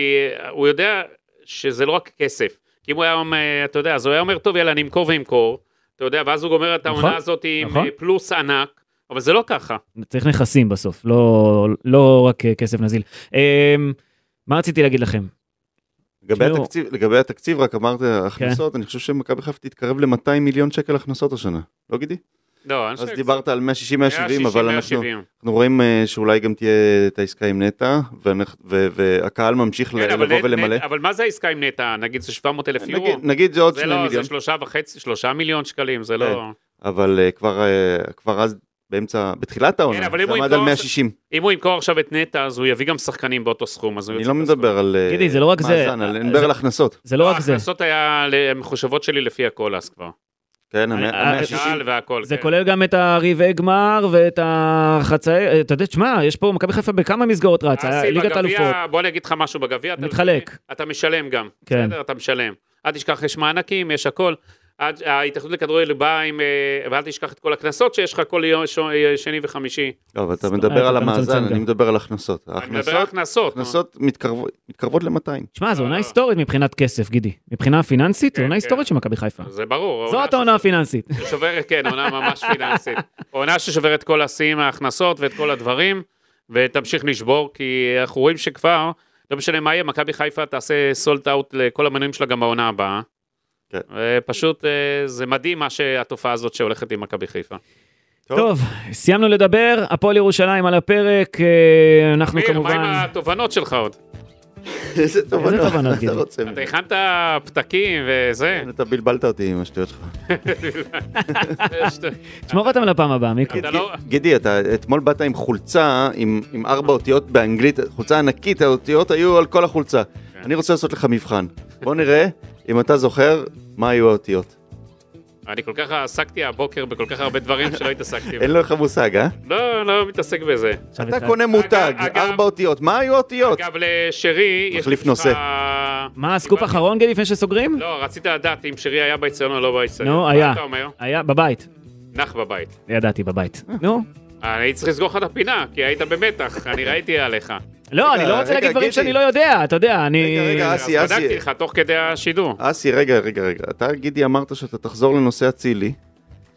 D: הוא יודע שזה לא רק כסף. כי אם הוא היה, אומר, אתה יודע, אז הוא היה אומר, טוב, יאללה, אני אמכור ואמכור, אתה יודע, ואז הוא גומר את
B: נכון,
D: העונה הזאת עם
B: נכון.
D: אה, פלוס ענק, אבל זה לא ככה.
B: צריך נכסים בסוף, לא, לא רק אה, כסף נזיל. אמ, מה רציתי להגיד לכם?
C: לגבי
B: תשמעו- כן.
C: התקציב, לגבי התקציב, רק אמרת הכנסות, אני חושב שמכבי חיפה תתקרב ל-200 מיליון שקל הכנסות השנה, לא גידי?
D: לא, אני
C: אז
D: חושב-
C: דיברת על 160-170, אבל אנחנו
D: 170.
C: אנחנו רואים אה, שאולי גם תהיה את העסקה עם נטע, ואנחנו- ו- והקהל ממשיך ל-
D: כן, אבל
C: לבוא
D: נט-
C: ולמלא. אה,
D: נט- אבל מה זה העסקה עם נטע? נגיד זה 700 אלף יורו?
C: נגיד- נגיד זה עוד
D: זה
C: 2
D: לא,
C: מיליון, כן.
D: זה שלושה וחצי, שלושה מיליון שקלים, זה לא...
C: אבל אה, כבר אה, כבר אז באמצע, בתחילת העונה,
D: כן, אבל אם
C: זה
D: הוא
C: עמד
D: ימכור
C: על
D: עכשיו-
C: 160.
D: אם הוא ימכור עכשיו את נטע, אז הוא יביא גם שחקנים באותו סכום. אז הוא
C: אני
D: יוצא
C: לא מדבר על אה,
B: גידי, זה לא רק זה.
C: מאזן, על- אני מדבר
B: זה-
C: על הכנסות.
B: זה
D: אה,
B: לא רק זה,
D: ההכנסות היה מחושבות שלי לפי הכל אז כבר.
C: כן,
B: אני-
C: המאה- המאה
B: אה,
C: שישים.
D: קהל והכל.
B: זה
D: כן.
B: כולל גם את הרבעי גמר ואת החצאי, אה, אתה יודע, תשמע, יש פה מכבי חיפה בכמה מסגרות רצה,
D: אסי,
B: ליגת
D: אה, בגביע,
B: אלופות,
D: בוא אני אגיד לך משהו בגביע. אתה-
B: מתחלק.
D: אתה משלם גם.
B: כן.
D: בסדר, אתה משלם. אל תשכח, יש מענקים, יש הכל. עד- ההתאחדות לכדורגל באה עם... אה, ואל תשכח את כל הקנסות שיש לך כל יום ש- אה, שני וחמישי.
C: לא, אבל אתה
B: זאת
C: מדבר
B: אומרת,
C: על
B: אה, אתה מצמצם
C: המאזן, אני
B: גם.
C: מדבר על הכנסות.
D: אני מדבר על
C: ההכנסות
D: הכנסות.
C: הכנסות מתקרבו- מתקרבות ל-200.
B: תשמע, זו עונה
D: אה.
B: היסטורית מבחינת כסף, גידי. מבחינה פיננסית, זו
D: כן,
B: עונה
D: כן.
B: היסטורית של מכבי חיפה.
D: זה ברור.
B: זאת העונה הפיננסית.
D: ששוברת, כן, עונה ממש פיננסית. עונה ששוברת כל השיאים ההכנסות ואת כל הדברים, ותמשיך לשבור, כי אנחנו רואים שכבר, לא משנה מה יהיה, מכבי חיפה תעשה סולט אאוט לכל המנויים שלה גם בעונה הבאה.
C: כן.
D: פשוט אה, זה מדהים מה שהתופעה הזאת שהולכת עם מכבי חיפה.
C: טוב.
B: טוב, סיימנו לדבר, הפועל ירושלים על הפרק, אה, אנחנו
D: אמיר, מה עם
B: כמובן...
D: התובנות שלך עוד?
C: איזה
B: תובנות,
C: תובנות
B: גידי?
C: אתה רוצה?
D: אתה הכנת פתקים וזה?
C: אתה בלבלת אותי עם השטויות שלך.
B: תשמור אותם לפעם הבאה, מיקו.
D: אתה לא-
C: גידי, אתה אתמול באת עם חולצה, עם עם ארבע אותיות באנגלית, חולצה ענקית, האותיות היו על כל החולצה.
D: כן.
C: אני רוצה לעשות לך מבחן. בוא נראה אם אתה זוכר מה היו האותיות.
D: כן. אני כל כך עסקתי הבוקר בכל כך הרבה דברים שלא התעסקתי בהם.
C: אין לך מושג, אה?
D: לא, לא מתעסק בזה.
B: עכשיו
C: אתה
B: התחלת.
C: קונה מותג,
D: אגב-
C: ארבע אותיות, מה היו האותיות?
D: אגב, לשרי, יש
C: מחליף
D: לך-
C: נושא.
B: מה, הסקופ האחרון, גידי, לפני שסוגרים?
D: לא, רצית לדעת אם שרי היה באיצטדיון או לא באיצטדיון.
B: נו, היה.
D: מה אתה אומר?
B: היה, בבית.
D: נח בבית.
B: ידעתי, בבית.
C: אה.
B: נו.
D: אני צריך לסגור לך את הפינה, כי היית במתח, אני ראיתי עליך.
B: לא,
C: רגע,
B: אני לא רוצה
C: רגע,
B: להגיד דברים
C: גידי.
B: שאני לא יודע, אתה יודע, אני... אה,
C: רגע, רגע,
D: אז
C: אסי, אסי,
D: בדקתי לך תוך כדי השידור.
C: אסי, רגע, רגע, רגע. אתה, גידי, אמרת שאתה תחזור לנושא אצילי,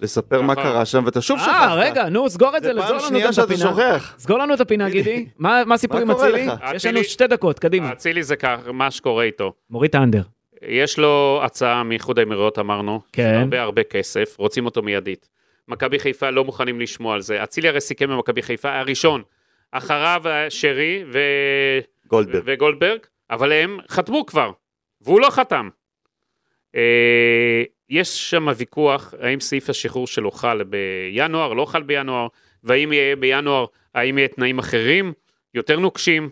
C: לספר מה
D: נכון.
C: קרה שם, ואתה שוב שכחת.
B: אה, רגע, נו, סגור את זה,
C: זה
B: סגור
C: פעם
B: לנו
C: שנייה
B: את
C: שאתה
B: הפינה.
C: שוכח.
B: סגור לנו את הפינה, גידי. מה מה הסיפור עם
C: מה קורה
B: אצילי?
C: לך?
B: יש לנו
D: אצילי-
B: שתי דקות, קדימה.
D: אצילי זה כך, מה שקורה איתו.
B: מוריד את האנדר.
D: יש לו הצעה מאיחוד האמירויות, אמרנו.
B: כן.
D: הרבה הרבה כסף, רוצים אותו מיידית. מכבי חיפה לא מוכנים לשמוע על זה. אצילי הרי סיכם במכבי חיפה, היה ראשון. אחריו אה, שרי ו...
C: גולדברג.
D: וגולדברג, אבל הם חתמו כבר, והוא לא חתם. אה, יש שם ויכוח האם סעיף השחרור שלו חל בינואר, לא חל בינואר, והאם יהיה בינואר, האם יהיה תנאים אחרים, יותר נוקשים.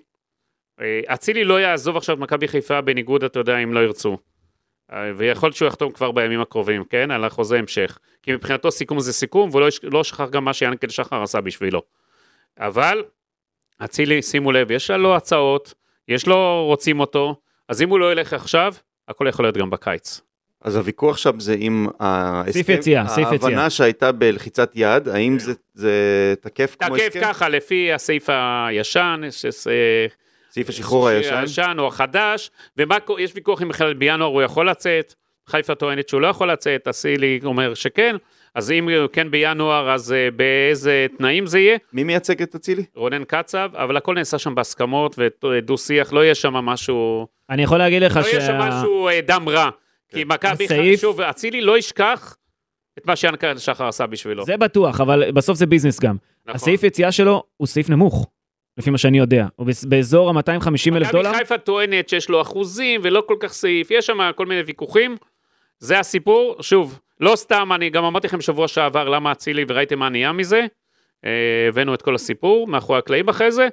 D: אה, אצילי לא יעזוב עכשיו את מכבי חיפה בניגוד, אתה יודע, אם לא ירצו. אה, ויכול להיות שהוא יחתום כבר בימים הקרובים, כן? על החוזה המשך. כי מבחינתו סיכום זה סיכום, והוא לא יש- לא שכח גם מה שיענקל שחר עשה בשבילו. אבל אצילי, שימו לב, יש לו הצעות, יש לו, רוצים אותו, אז אם הוא לא ילך עכשיו, הכל יכול להיות גם בקיץ.
C: אז הוויכוח שם זה עם
B: סעיף
C: ההסכם,
B: יציאה, סעיף יציאה.
C: ההבנה שהייתה בלחיצת יד, האם זה- זה תקף כמו
D: תקף
C: הסכם?
D: ככה, לפי הסעיף הישן, ש- אה,
C: סעיף השחרור הישן?
D: הישן או החדש, ויש ויכוח אם בכלל בינואר הוא יכול לצאת, חיפה טוענת שהוא לא יכול לצאת, אסילי אומר שכן, אז אם הוא כן בינואר, אז אה, באיזה תנאים זה יהיה?
C: מי מייצג את אצילי?
D: רונן קצב, אבל הכל נעשה שם בהסכמות ודו-שיח, לא יהיה שם משהו,
B: אני יכול להגיד לך
D: לא יהיה
B: שה...
D: שם משהו אה, דם רע. כי מכבי,
B: כן. הסעיף-
D: שוב, אצילי לא ישכח את מה שיענקל שחר עשה בשבילו.
B: זה בטוח, אבל בסוף זה ביזנס גם.
D: לא. נכון.
B: הסעיף יציאה שלו הוא סעיף נמוך, לפי מה שאני יודע. הוא בס- באזור ה-250 אלף דולר.
D: מכבי חיפה טוענת שיש לו אחוזים ולא כל כך סעיף, יש שם כל מיני ויכוחים. זה הסיפור, שוב, לא סתם, אני גם אמרתי לכם שבוע שעבר למה אצילי וראיתם מה נהיה מזה. אה, הבאנו את כל הסיפור מאחורי הקלעים אחרי זה.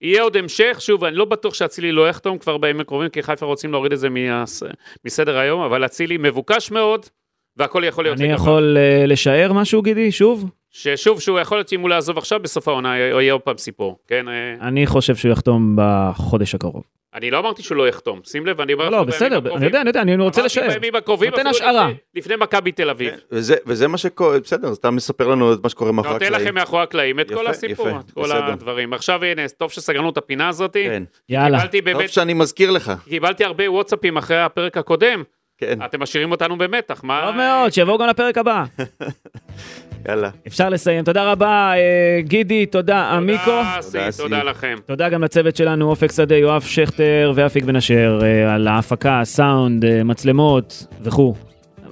D: יהיה עוד המשך, שוב, אני לא בטוח שאצילי לא יחתום כבר בימים הקרובים, כי חיפה רוצים להוריד את זה מהס- מסדר היום, אבל אצילי מבוקש מאוד, והכל יכול להיות
B: אני
D: לגביו.
B: יכול אה, לשער משהו, גידי, שוב?
D: ששוב, שהוא יכול להיות שאם הוא לא יעזוב עכשיו, בסוף העונה יהיה עוד פעם סיפור, כן? אה,
B: אני חושב שהוא יחתום בחודש הקרוב.
D: אני לא אמרתי שהוא לא יחתום, שים לב, אני אומר לך
B: לא,
D: בימים
B: בסדר,
D: הקרובים.
B: אני יודע, אני יודע, אני רוצה לשער.
D: אמרתי בימים הקרובים,
B: נותן
D: אפילו
B: השערה.
D: לפני- לפני מכבי תל אביב.
C: וזה, וזה מה שקורה, בסדר, אז אתה מספר לנו את מה שקורה מאחורי
D: נותן לכם מאחורי הקלעים את
C: יפה,
D: כל הסיפור,
C: יפה,
D: את כל
C: בסדר.
D: הדברים. עכשיו הנה, טוב שסגרנו את הפינה הזאת.
C: כן.
B: יאללה.
D: קיבלתי
C: טוב
D: באמת,
C: שאני מזכיר לך.
D: קיבלתי הרבה וואטסאפים אחרי הפרק הקודם.
C: כן,
D: אתם משאירים אותנו במתח, מה...
B: טוב מאוד, שיבואו גם לפרק הבא.
C: יאללה.
B: אפשר לסיים. תודה רבה, אה, גידי, תודה, עמיקו.
D: תודה, אסי,
C: תודה, אסי.
D: תודה לכם.
B: תודה גם לצוות שלנו, אופק שדה, יואב שכטר ואפיק בן אשר, אה, על ההפקה, הסאונד, אה, מצלמות וכו'.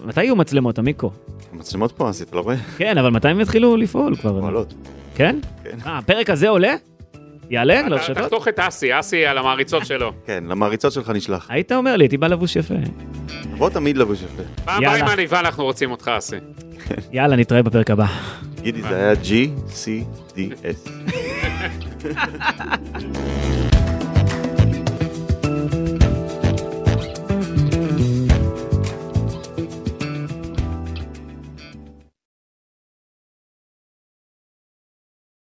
B: מתי יהיו מצלמות, עמיקו?
C: המצלמות פה, אז אתה לא רואה?
B: כן, אבל מתי הם יתחילו לפעול כבר?
C: פועלות.
B: כן?
C: כן.
B: אה, הפרק הזה עולה? יעלה לא,
D: אתה-
B: לרשתות?
D: תחתוך את אסי, אסי על המעריצות שלו.
C: כן, למעריצות שלך נשלח.
B: היית אומר לי, הייתי בא לבוש יפה.
C: בוא תמיד לבוש יפה.
D: פעם הבאה עם
B: יאללה.
D: עניבה אנחנו רוצים אותך, אסי.
B: יאללה, נתראה בפרק הבא.
C: גידי, זה היה G-C-D-S.